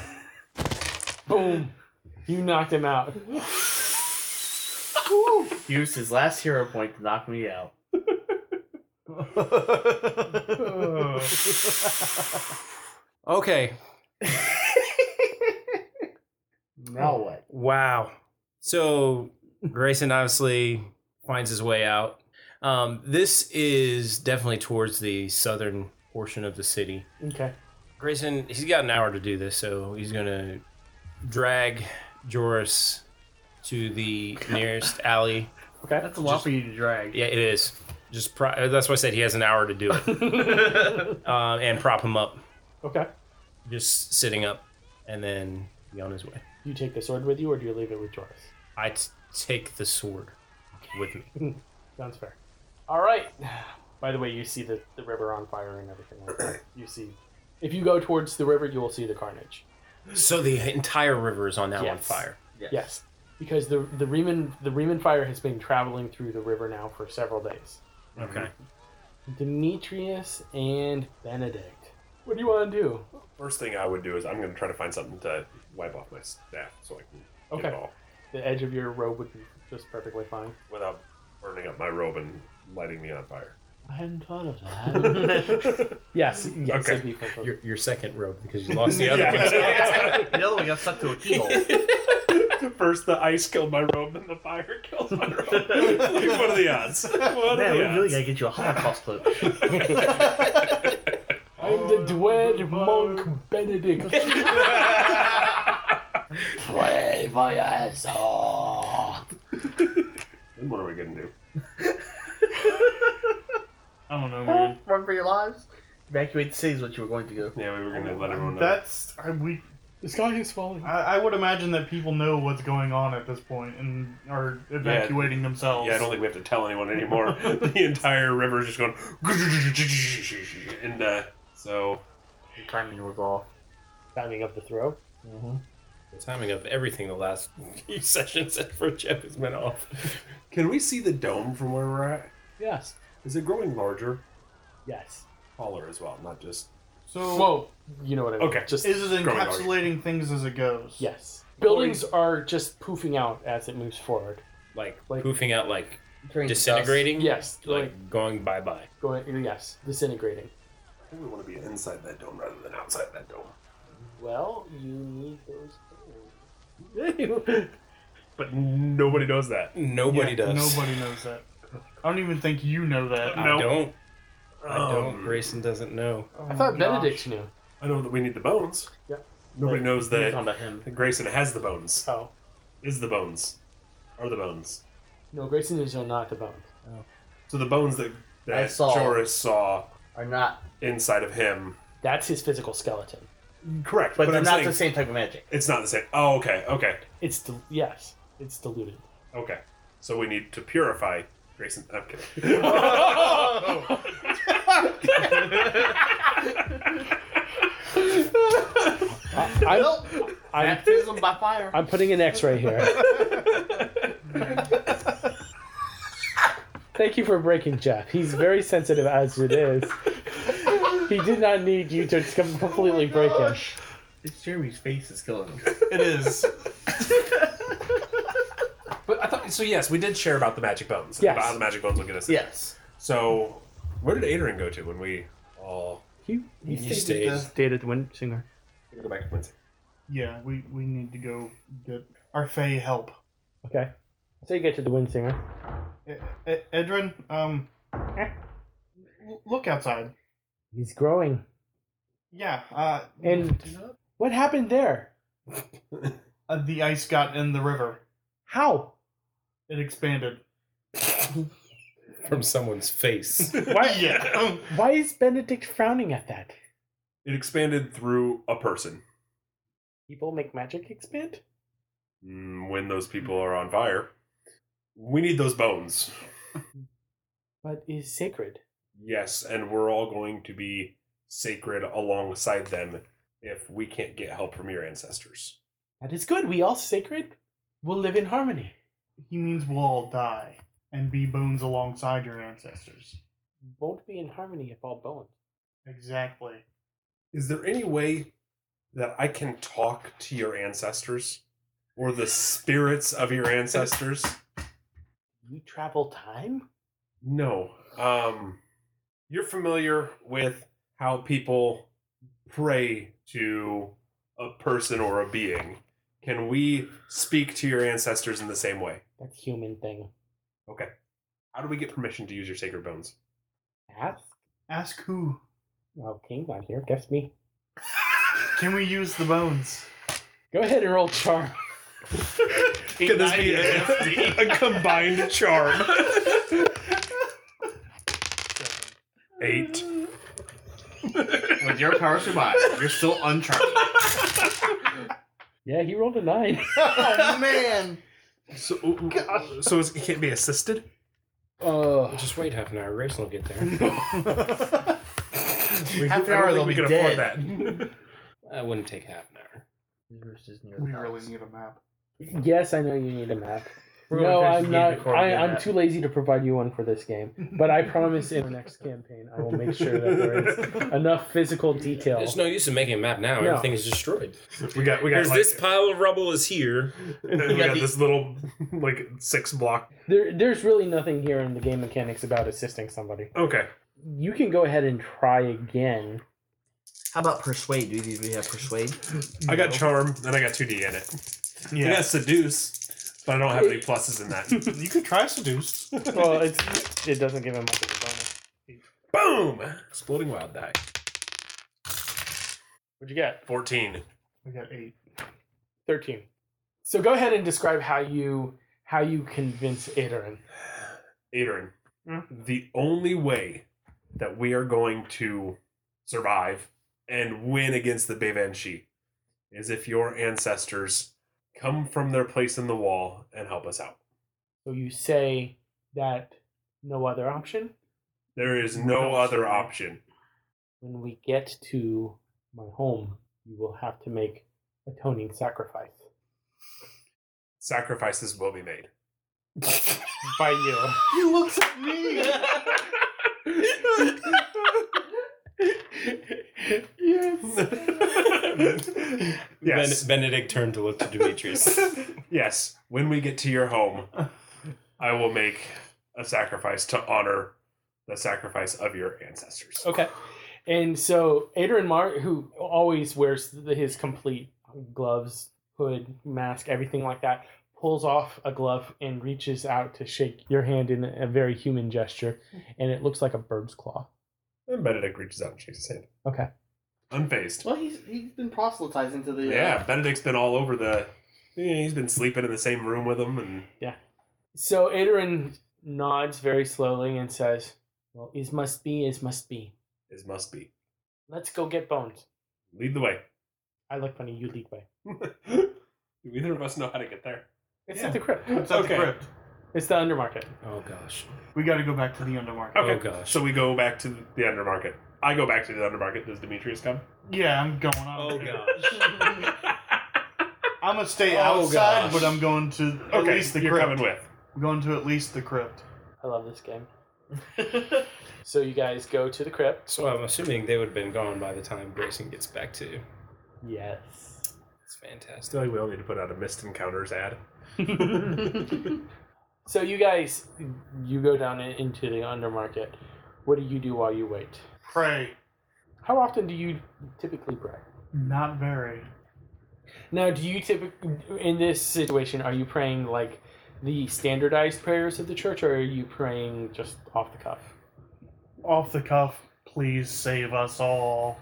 Speaker 6: Boom. You knocked him out.
Speaker 3: Used his last hero point to knock me out.
Speaker 2: Okay.
Speaker 3: Now what?
Speaker 2: Wow. So Grayson obviously finds his way out. Um, this is definitely towards the southern portion of the city.
Speaker 6: Okay.
Speaker 2: Grayson, he's got an hour to do this, so he's gonna drag Joris to the nearest alley.
Speaker 6: Okay.
Speaker 3: That's a lot for you to drag.
Speaker 2: Yeah, it is. Just pro- that's why I said he has an hour to do it, uh, and prop him up,
Speaker 6: Okay.
Speaker 2: just sitting up, and then be on his way.
Speaker 6: You take the sword with you, or do you leave it with Joris?
Speaker 2: I t- take the sword with me.
Speaker 6: Sounds fair. All right. By the way, you see the, the river on fire and everything like that. You see. If you go towards the river, you will see the carnage.
Speaker 2: So the entire river is on now on
Speaker 6: Yes.
Speaker 2: fire.
Speaker 6: Yes. Because the the Riemann the Riemann fire has been traveling through the river now for several days. Mm-hmm.
Speaker 2: Okay.
Speaker 6: Demetrius and Benedict. What do you want to do?
Speaker 5: First thing I would do is I'm going to try to find something to wipe off my staff so I can
Speaker 6: Okay.
Speaker 5: get it all
Speaker 6: The edge of your robe would be just perfectly fine.
Speaker 5: without burning up my robe and lighting me on fire.
Speaker 6: I hadn't thought of that. yes, yes,
Speaker 5: Okay.
Speaker 6: it'd be perfect.
Speaker 2: Your, your second rope because you lost the other
Speaker 3: The other one got stuck to a keyhole.
Speaker 5: First, the ice killed my robe, then the fire killed my robe. what are the odds? What are
Speaker 3: Man, we
Speaker 5: the
Speaker 3: really
Speaker 5: odds?
Speaker 3: gotta get you a Holocaust cloak.
Speaker 6: I'm the Dwed Monk Benedict.
Speaker 3: Pray for yourself.
Speaker 5: Then what are we going to do?
Speaker 4: I don't know, man.
Speaker 3: Run for your lives. Evacuate the city is what you were going to go.
Speaker 5: Yeah, we were going to let everyone know.
Speaker 4: That's I, we.
Speaker 6: this guy is falling.
Speaker 4: I, I would imagine that people know what's going on at this point and are evacuating themselves.
Speaker 5: Yeah, I don't think we have to tell anyone anymore. the entire river is just going. And uh, so.
Speaker 3: Timing revolve.
Speaker 6: Timing of the throw.
Speaker 2: The timing of everything the last few sessions at Pro Jeff has been off.
Speaker 5: Can we see the dome from where we're at?
Speaker 6: Yes.
Speaker 5: Is it growing larger?
Speaker 6: Yes.
Speaker 5: Taller as well, not just.
Speaker 4: So
Speaker 6: Whoa. You know what I mean.
Speaker 5: Okay.
Speaker 6: Just
Speaker 4: is it
Speaker 5: Growing larger.
Speaker 4: encapsulating things as it goes?
Speaker 6: yes. Buildings are just poofing out as it moves forward.
Speaker 2: Like,
Speaker 6: Like-
Speaker 2: poofing out, like disintegrating.
Speaker 6: Yes.
Speaker 2: Like,
Speaker 6: Like
Speaker 2: going bye bye.
Speaker 6: going. Yes. Disintegrating.
Speaker 5: I think we want to be inside that dome rather than outside that dome.
Speaker 3: Well, you need those.
Speaker 5: But nobody knows that.
Speaker 2: Nobody
Speaker 4: Yeah,
Speaker 2: does.
Speaker 4: Nobody knows that. I don't even think you know that.
Speaker 2: I don't. I don't. Grayson doesn't know.
Speaker 6: I thought
Speaker 4: gosh.
Speaker 6: Benedict knew.
Speaker 5: Um, I know that we need the bones.
Speaker 6: Yeah.
Speaker 5: Nobody knows
Speaker 3: You're talking
Speaker 5: that
Speaker 3: about him.
Speaker 5: Grayson has the bones.
Speaker 6: Oh.
Speaker 5: Is the bones. Are the bones.
Speaker 6: No, Grayson is not the bone.
Speaker 5: So the bones that,
Speaker 3: I
Speaker 5: that
Speaker 3: saw.
Speaker 5: Joris saw
Speaker 3: Are not,
Speaker 5: inside of him.
Speaker 6: That's his physical skeleton.
Speaker 5: Correct.
Speaker 3: but, they're
Speaker 5: I'm
Speaker 3: not
Speaker 5: saying
Speaker 3: the same type of magic.
Speaker 5: It's not the same. Oh, okay, okay,
Speaker 6: It's dil- yes. It's diluted.
Speaker 5: okay. So we need to purify Grayson. I'm kidding.
Speaker 6: I
Speaker 3: Nope.
Speaker 6: I'm,
Speaker 3: Baptism by fire.
Speaker 6: I'm putting an X-ray here. Thank you for breaking Jeff. He's very sensitive as it is. He did not need you to com- completely break him.
Speaker 3: It's Jeremy's face is killing him.
Speaker 4: It is.
Speaker 5: But I thought so. Yes, we did share about the magic bones.
Speaker 6: Yes.
Speaker 5: About how the magic bones will get us. in.
Speaker 3: Yes.
Speaker 5: So where did Adrian go to when we all
Speaker 6: He, he
Speaker 2: You stayed.
Speaker 6: stayed at the wind singer.
Speaker 5: go back to Quincy?
Speaker 4: Yeah, we, we need to go get our Fae help.
Speaker 6: Okay. So you get to the wind singer.
Speaker 4: E- E- Edrin, um, l- look outside.
Speaker 6: He's growing.
Speaker 4: Yeah, uh,
Speaker 6: And what happened there?
Speaker 4: uh, the ice got in the river.
Speaker 6: How?
Speaker 4: It expanded.
Speaker 2: from someone's face.
Speaker 6: Why,
Speaker 4: Um,
Speaker 6: why is Benedict frowning at that?
Speaker 5: It expanded through a person
Speaker 6: People make magic expand?
Speaker 5: Mm, when those people are on fire. We need those bones.
Speaker 6: But is sacred.
Speaker 5: Yes, and we're all going to be sacred alongside them if we can't get help from your ancestors.
Speaker 6: That is good. We all sacred will live in harmony.
Speaker 4: He means we'll all die and be bones alongside your ancestors.
Speaker 6: Won't be in harmony if all bones.
Speaker 4: Exactly.
Speaker 5: Is there any way that I can talk to your ancestors or the spirits of your ancestors?
Speaker 6: You travel time?
Speaker 5: No. Um, you're familiar with how people pray to a person or a being. Can we speak to your ancestors in the same way?
Speaker 6: That's human thing.
Speaker 5: Okay. How do we get permission to use your sacred bones?
Speaker 6: Ask.
Speaker 4: Ask who?
Speaker 6: Well, King's not here. Guess me.
Speaker 4: Can we use the bones?
Speaker 6: Go ahead and roll charm.
Speaker 5: Can this be a, a combined charm? Eight.
Speaker 3: With your power survive, you're still uncharted.
Speaker 6: Yeah, he rolled a nine.
Speaker 4: oh man!
Speaker 5: So, so it's- it can't be assisted.
Speaker 6: Oh,
Speaker 2: Just wait half an hour. Race will get there.
Speaker 4: Half an hour they'll be dead.
Speaker 2: I wouldn't take half an hour.
Speaker 4: We really need a map.
Speaker 6: yes, I know you need a map.
Speaker 3: We're
Speaker 6: no,
Speaker 3: gonna fix
Speaker 6: I'm
Speaker 3: the
Speaker 6: not.
Speaker 3: unicorn
Speaker 6: I,
Speaker 3: in
Speaker 6: I'm
Speaker 3: that.
Speaker 6: too lazy to provide you one for this game. But I promise in the next campaign, I will make sure that there is enough physical detail.
Speaker 2: There's no use in making a map now.
Speaker 6: No.
Speaker 2: Everything is destroyed.
Speaker 5: We got we got
Speaker 2: There's
Speaker 5: like,
Speaker 2: this pile of rubble is here.
Speaker 5: we got this little like six block.
Speaker 6: There, there's really nothing here in the game mechanics about assisting somebody.
Speaker 5: Okay,
Speaker 6: You can go ahead and try again.
Speaker 3: How about persuade? Do we have persuade?
Speaker 5: I got charm and I got two D in it. Yeah. I got seduce, but I don't have any pluses in that.
Speaker 4: You could try seduce.
Speaker 6: Well, it's, it doesn't give him much of a bonus.
Speaker 5: Boom! Exploding wild die.
Speaker 6: What'd you get?
Speaker 5: Fourteen.
Speaker 4: We got eight.
Speaker 6: 13 so go ahead and describe how you how you convince Adrian.
Speaker 5: Adrian,
Speaker 6: Hmm?
Speaker 5: the only way that we are going to survive and win against the Bavanshi is if your ancestors come from their place in the wall and help us out.
Speaker 6: so you say that no other option
Speaker 5: There is no other option.
Speaker 6: when we get to my home you will have to make atoning sacrifice
Speaker 5: Sacrifices will be made.
Speaker 6: by you
Speaker 4: He looks at me.
Speaker 5: yes.
Speaker 2: Ben- Benedict turned to look to Demetrius.
Speaker 5: yes. When we get to your home, I will make a sacrifice to honor the sacrifice of your ancestors.
Speaker 6: okay and so Adrian Mar who always wears the, his complete gloves hood mask everything like that pulls off a glove and reaches out to shake your hand in a very human gesture and it looks like a bird's claw
Speaker 5: And Benedict reaches out and shakes his hand.
Speaker 6: Okay.
Speaker 5: Unfazed.
Speaker 3: Well, he's he's been proselytizing to the. uh,
Speaker 5: Yeah. Benedict's been all over the. yeah, He's been sleeping in the same room with him, and
Speaker 6: So Adrian nods very slowly and says, Well, is must be, is must be.
Speaker 5: his must be.
Speaker 6: Let's go get bones.
Speaker 5: Lead the way.
Speaker 6: I look funny, you lead way.
Speaker 5: Do either of us know how to get there?
Speaker 6: It's
Speaker 4: Yeah.
Speaker 6: at the crypt.
Speaker 4: It's at
Speaker 5: Okay.
Speaker 4: the crypt.
Speaker 6: It's the undermarket.
Speaker 2: Oh gosh.
Speaker 4: We got to go back to the undermarket.
Speaker 5: Okay.
Speaker 2: Oh gosh.
Speaker 5: So we go back to the undermarket. I go back to the undermarket. Does Demetrius come?
Speaker 4: Yeah, I'm going on.
Speaker 2: Oh gosh.
Speaker 4: I'm gonna stay
Speaker 2: Oh,
Speaker 4: outside,
Speaker 2: gosh.
Speaker 4: but I'm going to at
Speaker 5: Okay,
Speaker 4: least the
Speaker 5: you're
Speaker 4: crypt.
Speaker 5: coming with.
Speaker 4: I'm going to at least the crypt.
Speaker 6: I love this game. so you guys go to the crypt.
Speaker 2: So I'm assuming they would have been gone by the time Grayson gets back to.
Speaker 6: Yes.
Speaker 2: It's fantastic.
Speaker 5: Still, like we all need to put out a missed encounters ad.
Speaker 6: So you guys you go down in- into the undermarket. What do you do while you wait?
Speaker 4: Pray.
Speaker 6: How often do you typically pray?
Speaker 4: Not very.
Speaker 6: Now, do you typically, in this situation, are you praying like the standardized prayers of the church, or are you praying just off the cuff?
Speaker 4: Off the cuff. Please save us all.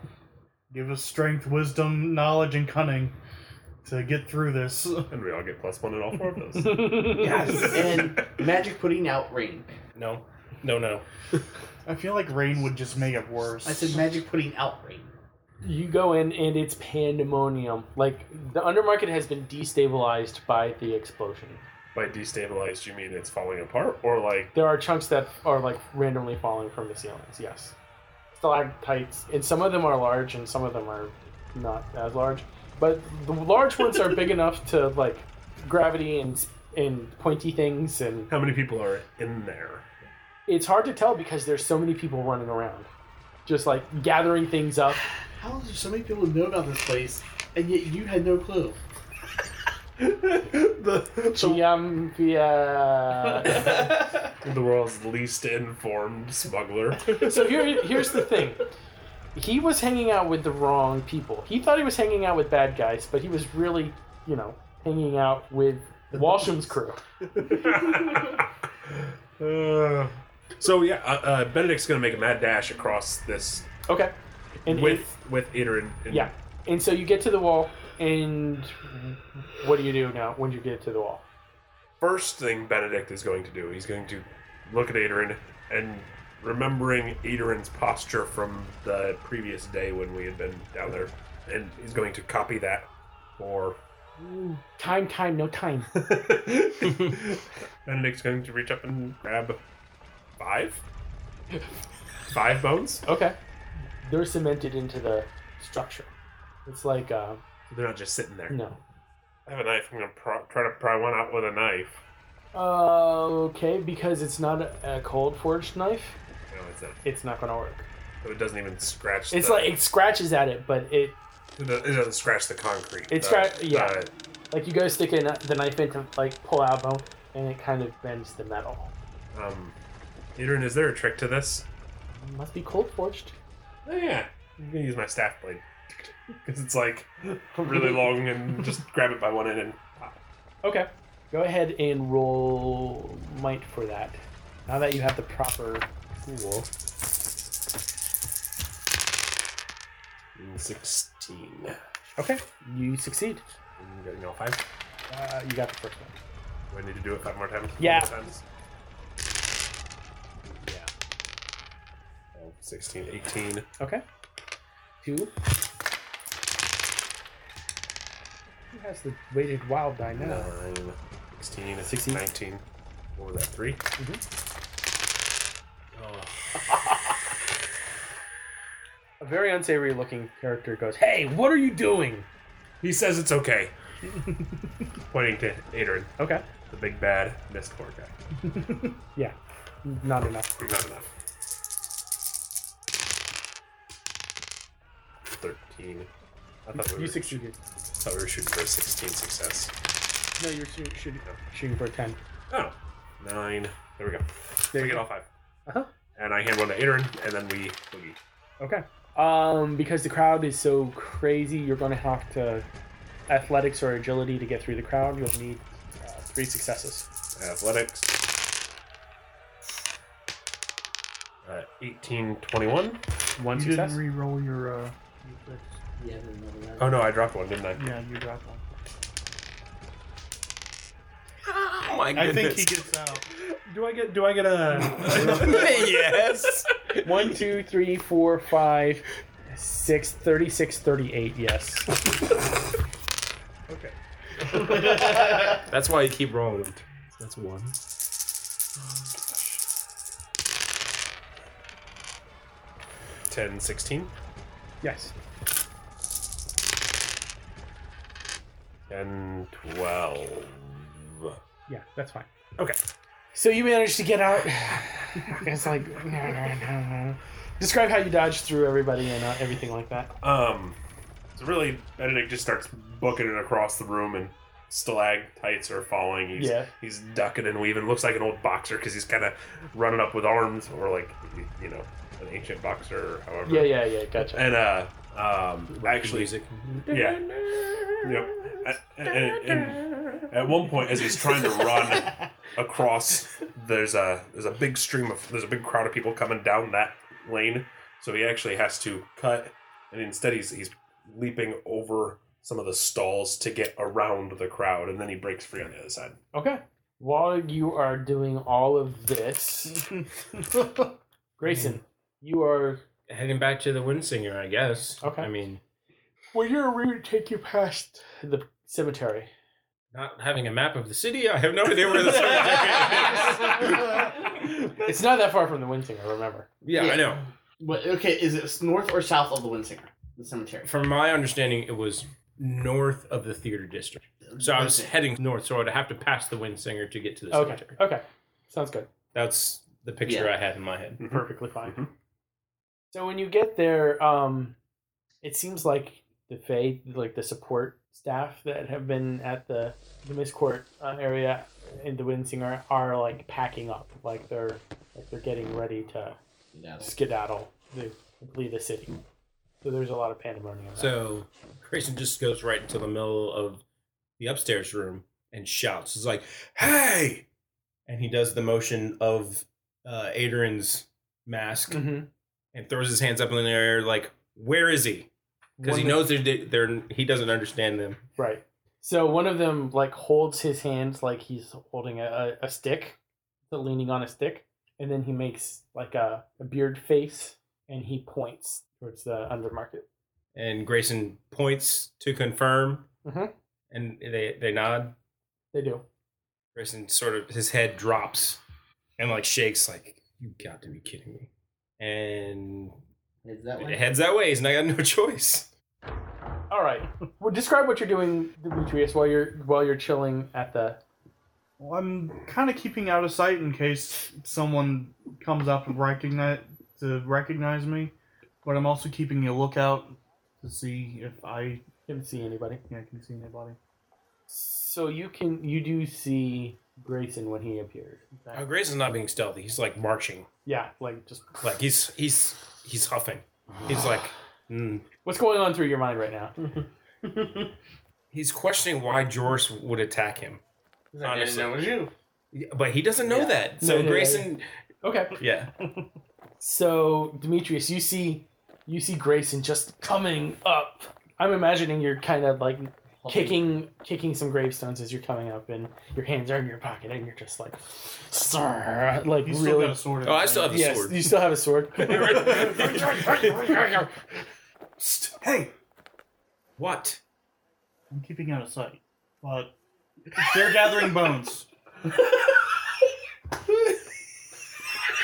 Speaker 4: Give us strength, wisdom, knowledge, and cunning to get through this.
Speaker 5: And we all get plus one in all four of those.
Speaker 3: and magic putting out rain.
Speaker 2: No, no, no.
Speaker 4: I feel like rain would just make it worse.
Speaker 3: I said magic putting out rain.
Speaker 6: You go in and it's pandemonium. Like the undermarket has been destabilized by the explosion.
Speaker 5: By destabilized, you mean it's falling apart, or like
Speaker 6: There are chunks that are like randomly falling from the ceilings. Yes, stalactites, and some of them are large, and some of them are not as large. But the large ones are big enough to like gravity and and pointy things, and
Speaker 5: how many people are in there?
Speaker 6: it's hard to tell because there's so many people running around, just like gathering things up.
Speaker 3: How do so many people know about this place, and yet you had no clue?
Speaker 5: the,
Speaker 6: Giambia.
Speaker 5: the world's least informed smuggler.
Speaker 6: so here, here's the thing. He was hanging out with the wrong people. He thought he was hanging out with bad guys, but he was really, you know, hanging out with Walsham's crew.
Speaker 5: Uh, so yeah, uh, uh, Benedict's gonna make a mad dash across this
Speaker 6: Okay. And
Speaker 5: with with Eater and, and
Speaker 6: yeah, and so you get to the wall, and what do you do now when you get to the wall?
Speaker 5: first thing Benedict is going to do, he's going to look at Aderin and remembering Aderin's posture from the previous day when we had been down there, and he's going to copy that for.
Speaker 6: Time, time, no time.
Speaker 5: Benedict's going to reach up and grab five? Five bones?
Speaker 6: Okay. They're cemented into the structure. It's like, uh,
Speaker 5: They're not just sitting there.
Speaker 6: no.
Speaker 5: I have a knife. I'm going to pro- try to pry one out with a knife.
Speaker 6: Uh, okay, because it's not a, a cold forged knife,
Speaker 5: No, it's not.
Speaker 6: it's not gonna work.
Speaker 5: It doesn't even scratch
Speaker 6: It's
Speaker 5: the,
Speaker 6: like, it scratches at it, but it,
Speaker 5: It do- it doesn't scratch the concrete. The-
Speaker 6: It scratch- yeah.
Speaker 5: the-
Speaker 6: like, you go stick in the knife in to, like, pull out a bone, and it kind of bends the metal.
Speaker 5: um, Adrian, is there a trick to this?
Speaker 6: must be cold forged.
Speaker 5: Oh, yeah. I'm gonna use my staff blade because it's like really long and just grab it by one end and
Speaker 6: Okay. Go ahead and roll might for that. Now that you have the proper tool.
Speaker 5: Mm, 16.
Speaker 6: Okay. You succeed.
Speaker 5: I'm getting all five.
Speaker 6: Uh, you got the first one.
Speaker 5: Do I need to do it five more times?
Speaker 6: Yeah.
Speaker 5: Five more times? Yeah. Oh, 16, 18.
Speaker 6: Okay. Two. Who has the weighted wild die now?
Speaker 5: 9, 16,
Speaker 6: 16.
Speaker 5: 19. What was that, 3?
Speaker 6: A very unsavory looking character goes, Hey, what are you doing?
Speaker 5: He says it's okay. Pointing to Adrian,
Speaker 6: Okay.
Speaker 5: the big bad Mistborn guy.
Speaker 6: Yeah. Not enough.
Speaker 5: Not enough. 13. I thought we
Speaker 6: You
Speaker 5: were,
Speaker 6: succeeded.
Speaker 5: thought we were shooting for a 16 success.
Speaker 6: No, you're shooting, shooting, shooting for a 10.
Speaker 5: Oh. Nine. There we go.
Speaker 6: There
Speaker 5: we get
Speaker 6: you go.
Speaker 5: all five.
Speaker 6: Uh-huh.
Speaker 5: And I hand one to Adrian, and then we boogie.
Speaker 6: Okay. Um, because the crowd is so crazy, you're going to have to athletics or agility to get through the crowd. You'll need uh, three successes.
Speaker 5: Athletics. Uh, 18, 21.
Speaker 6: One
Speaker 4: you
Speaker 6: success.
Speaker 4: didn't re-roll your. Uh, your six.
Speaker 3: Yeah, I didn't know that.
Speaker 5: Oh no, I dropped one, didn't I?
Speaker 4: yeah, you dropped one.
Speaker 7: Oh my
Speaker 4: I
Speaker 7: goodness.
Speaker 4: think he gets out.
Speaker 5: Do I get? Do I get a?
Speaker 7: yes.
Speaker 6: One, two, three, four, five, six, 36, 38, yes.
Speaker 5: okay.
Speaker 7: That's why you keep rolling them. That's one.
Speaker 5: Ten, sixteen,
Speaker 6: Yes.
Speaker 5: and twelve.
Speaker 6: Yeah, that's fine.
Speaker 5: Okay.
Speaker 6: So you managed to get out. it's like describe how you dodged through everybody and uh, everything like that.
Speaker 5: Um, so really, Benedict just starts booking it across the room, and stalactites are falling. He's,
Speaker 6: Yeah.
Speaker 5: He's ducking and weaving. Looks like an old boxer because he's kind of running up with arms, or like you know, an ancient boxer, or however.
Speaker 6: Yeah, yeah, yeah. Gotcha.
Speaker 5: And uh, um, actually,
Speaker 7: Music.
Speaker 5: yeah, yep. And, and, and at one point, as he's trying to run across, there's a there's a big stream of there's a big crowd of people coming down that lane. So he actually has to cut, and instead he's he's leaping over some of the stalls to get around the crowd, and then he breaks free on the other side.
Speaker 6: Okay. While you are doing all of this, Grayson, you are.
Speaker 2: Heading back to the Windsinger, I guess.
Speaker 6: Okay.
Speaker 2: I mean,
Speaker 6: Will your route take you past the cemetery?
Speaker 2: not having a map of the city, I have no idea where the cemetery is.
Speaker 6: It's not that far from the Windsinger, remember.
Speaker 2: Yeah, I know.
Speaker 3: But okay, is it north or south of the Windsinger, the cemetery?
Speaker 2: From my understanding, it was north of the theater district. So I was
Speaker 3: Okay.
Speaker 2: heading north, so I'd have to pass the Windsinger to get to the
Speaker 6: Okay.
Speaker 2: cemetery.
Speaker 6: Okay. Sounds good.
Speaker 2: That's the picture
Speaker 3: Yeah.
Speaker 2: I had in my head.
Speaker 6: perfectly fine.
Speaker 5: Mhm.
Speaker 6: So when you get there, um, it seems like the Fae, like the support staff that have been at the the Miss Court uh, area in the Windsinger, are like packing up, like they're like they're getting ready to skedaddle the leave the city. So there's a lot of pandemonium.
Speaker 2: So Grayson just goes right into the middle of the upstairs room and shouts. It's like, hey! And he does the motion of uh, Adrian's mask
Speaker 6: Mhm.
Speaker 2: and throws his hands up in the air, like, where is he? Because he
Speaker 6: One-
Speaker 2: knows they're, they're, he doesn't understand them.
Speaker 6: Right. So one of them like holds his hand like he's holding a, a, a stick, so leaning on a stick, and then he makes like a, a beard face and he points towards the undermarket.
Speaker 2: And Grayson points to confirm,
Speaker 6: Mhm.
Speaker 2: and they, they nod.
Speaker 6: They do.
Speaker 2: Grayson sort of his head drops and like shakes, like, you got to be kidding me. And
Speaker 3: Is that
Speaker 2: it
Speaker 3: one?
Speaker 2: heads that way. He's not got no choice.
Speaker 6: All right. Well, describe what you're doing, Demetrius, while you're while you're chilling at the.
Speaker 4: Well, I'm kind of keeping out of sight in case someone comes up and recognize to recognize me, but I'm also keeping a lookout to see if I
Speaker 6: Didn't see anybody.
Speaker 4: yeah, can see anybody.
Speaker 6: So you can you do see Grayson when he appeared.
Speaker 2: Oh, Grayson's not being stealthy. He's like marching.
Speaker 6: Yeah, like just
Speaker 2: Like he's he's he's huffing. He's like mm.
Speaker 6: what's going on through your mind right now?
Speaker 2: he's questioning why Joris would attack him. Honestly.
Speaker 7: was you.
Speaker 2: Yeah, But he doesn't know
Speaker 7: Yeah.
Speaker 2: that. So
Speaker 6: yeah, yeah.
Speaker 2: Grayson
Speaker 6: Okay.
Speaker 2: yeah.
Speaker 6: So, Demetrius, you see, you see Grayson just coming up. I'm imagining you're kind of like kicking, kicking some gravestones as you're coming up, and your hands are in your pocket, and you're just like, sir, like
Speaker 4: He's still got
Speaker 6: really.
Speaker 4: a sword. in
Speaker 2: Oh, I
Speaker 4: his
Speaker 2: still have
Speaker 4: hand.
Speaker 2: the
Speaker 6: Yes,
Speaker 2: sword.
Speaker 6: you still have a sword.
Speaker 2: hey. What?
Speaker 4: I'm keeping out of sight, but they're gathering bones.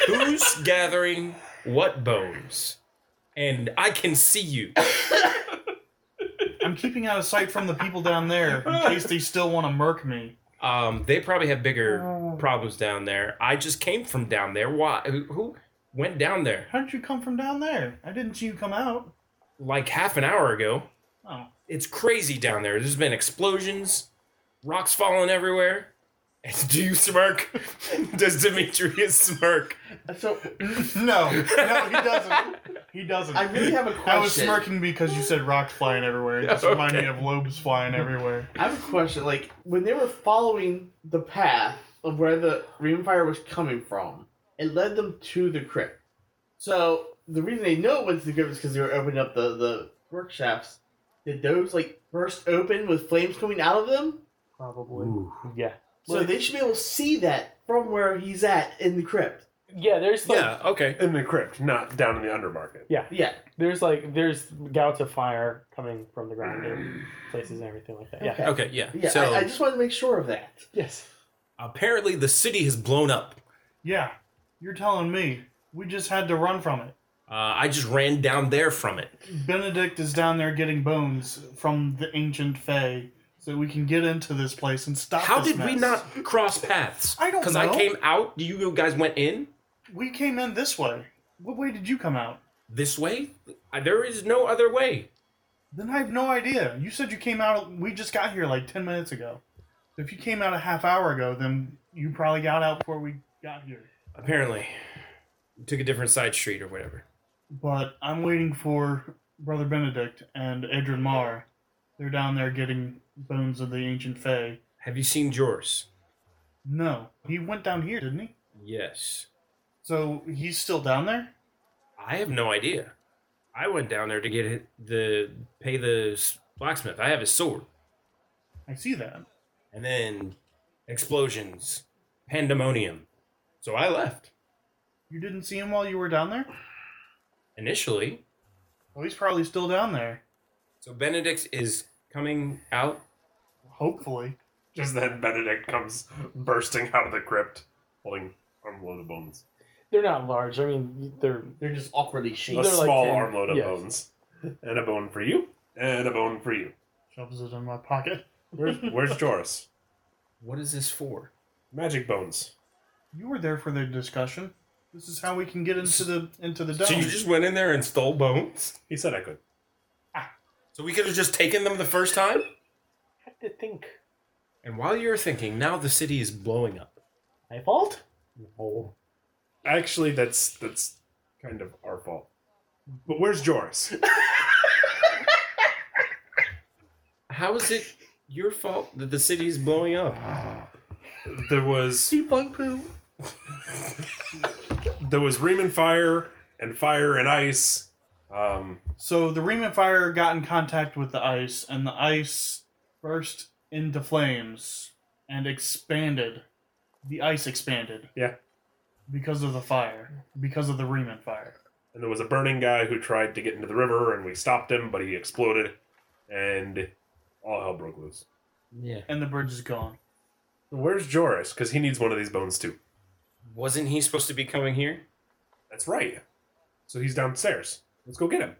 Speaker 2: Who's gathering what bones? And I can see you.
Speaker 4: I'm keeping out of sight from the people down there in case they still want to murk me.
Speaker 2: Um, they probably have bigger problems down there. I just came from down there. Why? Who, who went down there
Speaker 4: How did you come from down there? I didn't see you come out.
Speaker 2: like half an hour ago?
Speaker 4: Oh,
Speaker 2: It's crazy down there. There's been explosions, rocks falling everywhere. And do you smirk? Does Demetrius smirk?
Speaker 3: So
Speaker 4: no, no, he doesn't. He doesn't.
Speaker 3: I really have a
Speaker 4: I was
Speaker 3: question.
Speaker 4: smirking because you said rocks flying everywhere. It just reminded me of lobes flying everywhere.
Speaker 3: I have a question. Like when they were following the path of where the Ream fire was coming from, it led them to the crypt. So the reason they know it went to the crypt is because they were opening up the the workshops. Did those like burst open with flames coming out of them?
Speaker 6: Probably. Yeah.
Speaker 3: So they should be able to see that from where he's at in the crypt.
Speaker 6: Yeah. There's like
Speaker 2: Yeah, okay.
Speaker 5: In the crypt, not down in the undermarket.
Speaker 3: Yeah.
Speaker 6: there's like there's gouts of fire coming from the ground and places and everything like that. Yeah.
Speaker 3: Okay.
Speaker 2: Okay, yeah.
Speaker 3: Yeah.
Speaker 2: so
Speaker 3: I, I just wanted to make sure of that.
Speaker 6: Yes.
Speaker 2: apparently the city has blown up.
Speaker 4: Yeah, you're telling me. We just had to run from it.
Speaker 2: Uh, I just ran down there from it.
Speaker 4: Benedict is down there getting bones from the ancient Fae so we can get into this place and stop
Speaker 2: How
Speaker 4: this
Speaker 2: did we
Speaker 4: mess.
Speaker 2: not cross paths?
Speaker 4: I don't
Speaker 2: Because I
Speaker 4: know.
Speaker 2: came out. You guys went in
Speaker 4: We came in this way. What way did you come out?
Speaker 2: this way. Uh, There is no other way.
Speaker 4: Then I have no idea. You said you came out. We just got here like 10 minutes ago. If you came out a half hour ago, then you probably got out before we got here.
Speaker 2: Apparently, took a different side street or whatever.
Speaker 4: But I'm waiting for Brother Benedict and Edrin Mar. They're down there getting bones of the ancient Fae.
Speaker 2: Have you seen Joris?
Speaker 4: No, he went down here, didn't he?
Speaker 2: Yes.
Speaker 4: So he's still down there?
Speaker 2: I have no idea. I went down there to get it- the pay the s- blacksmith. I have his sword.
Speaker 4: I see that.
Speaker 2: And then explosions, pandemonium. So I left
Speaker 4: You didn't see him while you were down there?
Speaker 2: initially.
Speaker 4: Well, he's probably still down there.
Speaker 2: So Benedict is coming out.
Speaker 4: Hopefully.
Speaker 5: Just then, Benedict comes bursting out of the crypt, holding armload of bones.
Speaker 1: They're not large. I mean, they're
Speaker 3: They're just awkwardly
Speaker 5: A
Speaker 3: shaped.
Speaker 1: They're like
Speaker 5: small
Speaker 1: ten-
Speaker 5: armload of
Speaker 1: yes.
Speaker 5: bones, and a bone for you, and a bone for you.
Speaker 4: Shoves it in my pocket.
Speaker 5: Where's, where's Joris?
Speaker 2: What is this for?
Speaker 5: Magic bones.
Speaker 4: You were there for the discussion. This is how we can get into the into the dome.
Speaker 2: So you just went in there and stole bones?
Speaker 5: He said I could.
Speaker 2: So we could have just taken them the first time?
Speaker 1: I have to think.
Speaker 2: And while you're thinking, now the city is blowing up.
Speaker 1: My fault?
Speaker 5: Actually, that's that's kind of our fault. But where's Joris?
Speaker 2: How is it your fault that the city is blowing up?
Speaker 5: There was there was Riemann fire and fire and ice. Um,
Speaker 4: So the Riemann fire got in contact with the ice, and the ice burst into flames and expanded. The ice expanded.
Speaker 5: Yeah.
Speaker 4: Because of the fire. Because of the Riemann fire.
Speaker 5: and there was a burning guy who tried to get into the river, and we stopped him, but he exploded, and all hell broke loose.
Speaker 2: Yeah.
Speaker 4: And the bridge is gone.
Speaker 5: Where's Joris? Because he needs one of these bones too.
Speaker 2: Wasn't he supposed to be coming here?
Speaker 5: That's right. So he's downstairs. Let's go get him.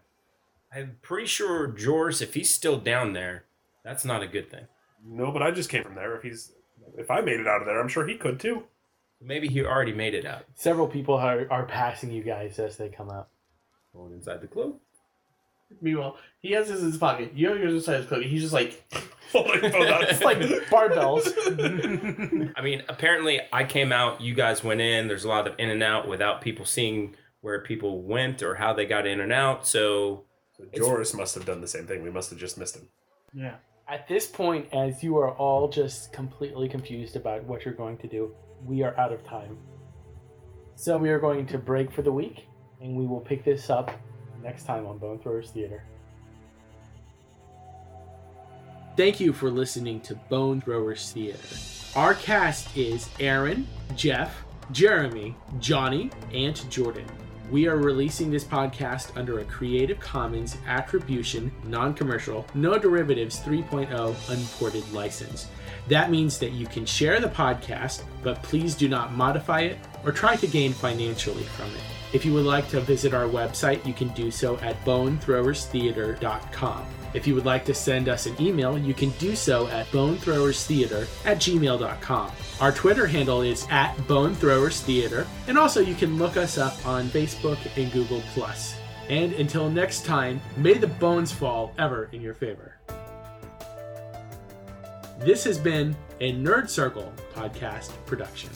Speaker 2: I'm pretty sure Joris, if he's still down there, that's not a good thing.
Speaker 5: No, but I just came from there. If he's, if I made it out of there, I'm sure he could too.
Speaker 2: Maybe he already made it out.
Speaker 1: Several people are, are passing you guys as they come out.
Speaker 2: Going inside the club.
Speaker 3: Meanwhile, he has this in his pocket. You have yours inside his pocket. He's just like,
Speaker 5: Holding both out.
Speaker 1: It's like barbells.
Speaker 2: I mean, apparently I came out, you guys went in. There's a lot of in and out without people seeing where people went or how they got in and out. So
Speaker 5: Joris must have done the same thing. We must have just missed him.
Speaker 4: Yeah.
Speaker 1: At this point, as you are all just completely confused about what you're going to do, we are out of time. So we are going to break for the week, and we will pick this up next time on Bone Throwers Theater. Thank you for listening to Bone Throwers Theater. Our cast is Aaron, Jeff, Jeremy, Johnny, and Jordan. We are releasing this podcast under a Creative Commons Attribution, Non Commercial, No Derivatives 3.0 Unported license. That means that you can share the podcast, but please do not modify it or try to gain financially from it. If you would like to visit our website, you can do so at bonethrowerstheater.com. If you would like to send us an email, you can do so at bonethrowerstheater at gmail.com. Our Twitter handle is at bonethrowerstheater, and also you can look us up on Facebook and Google. And until next time, may the bones fall ever in your favor. This has been a Nerd Circle podcast production.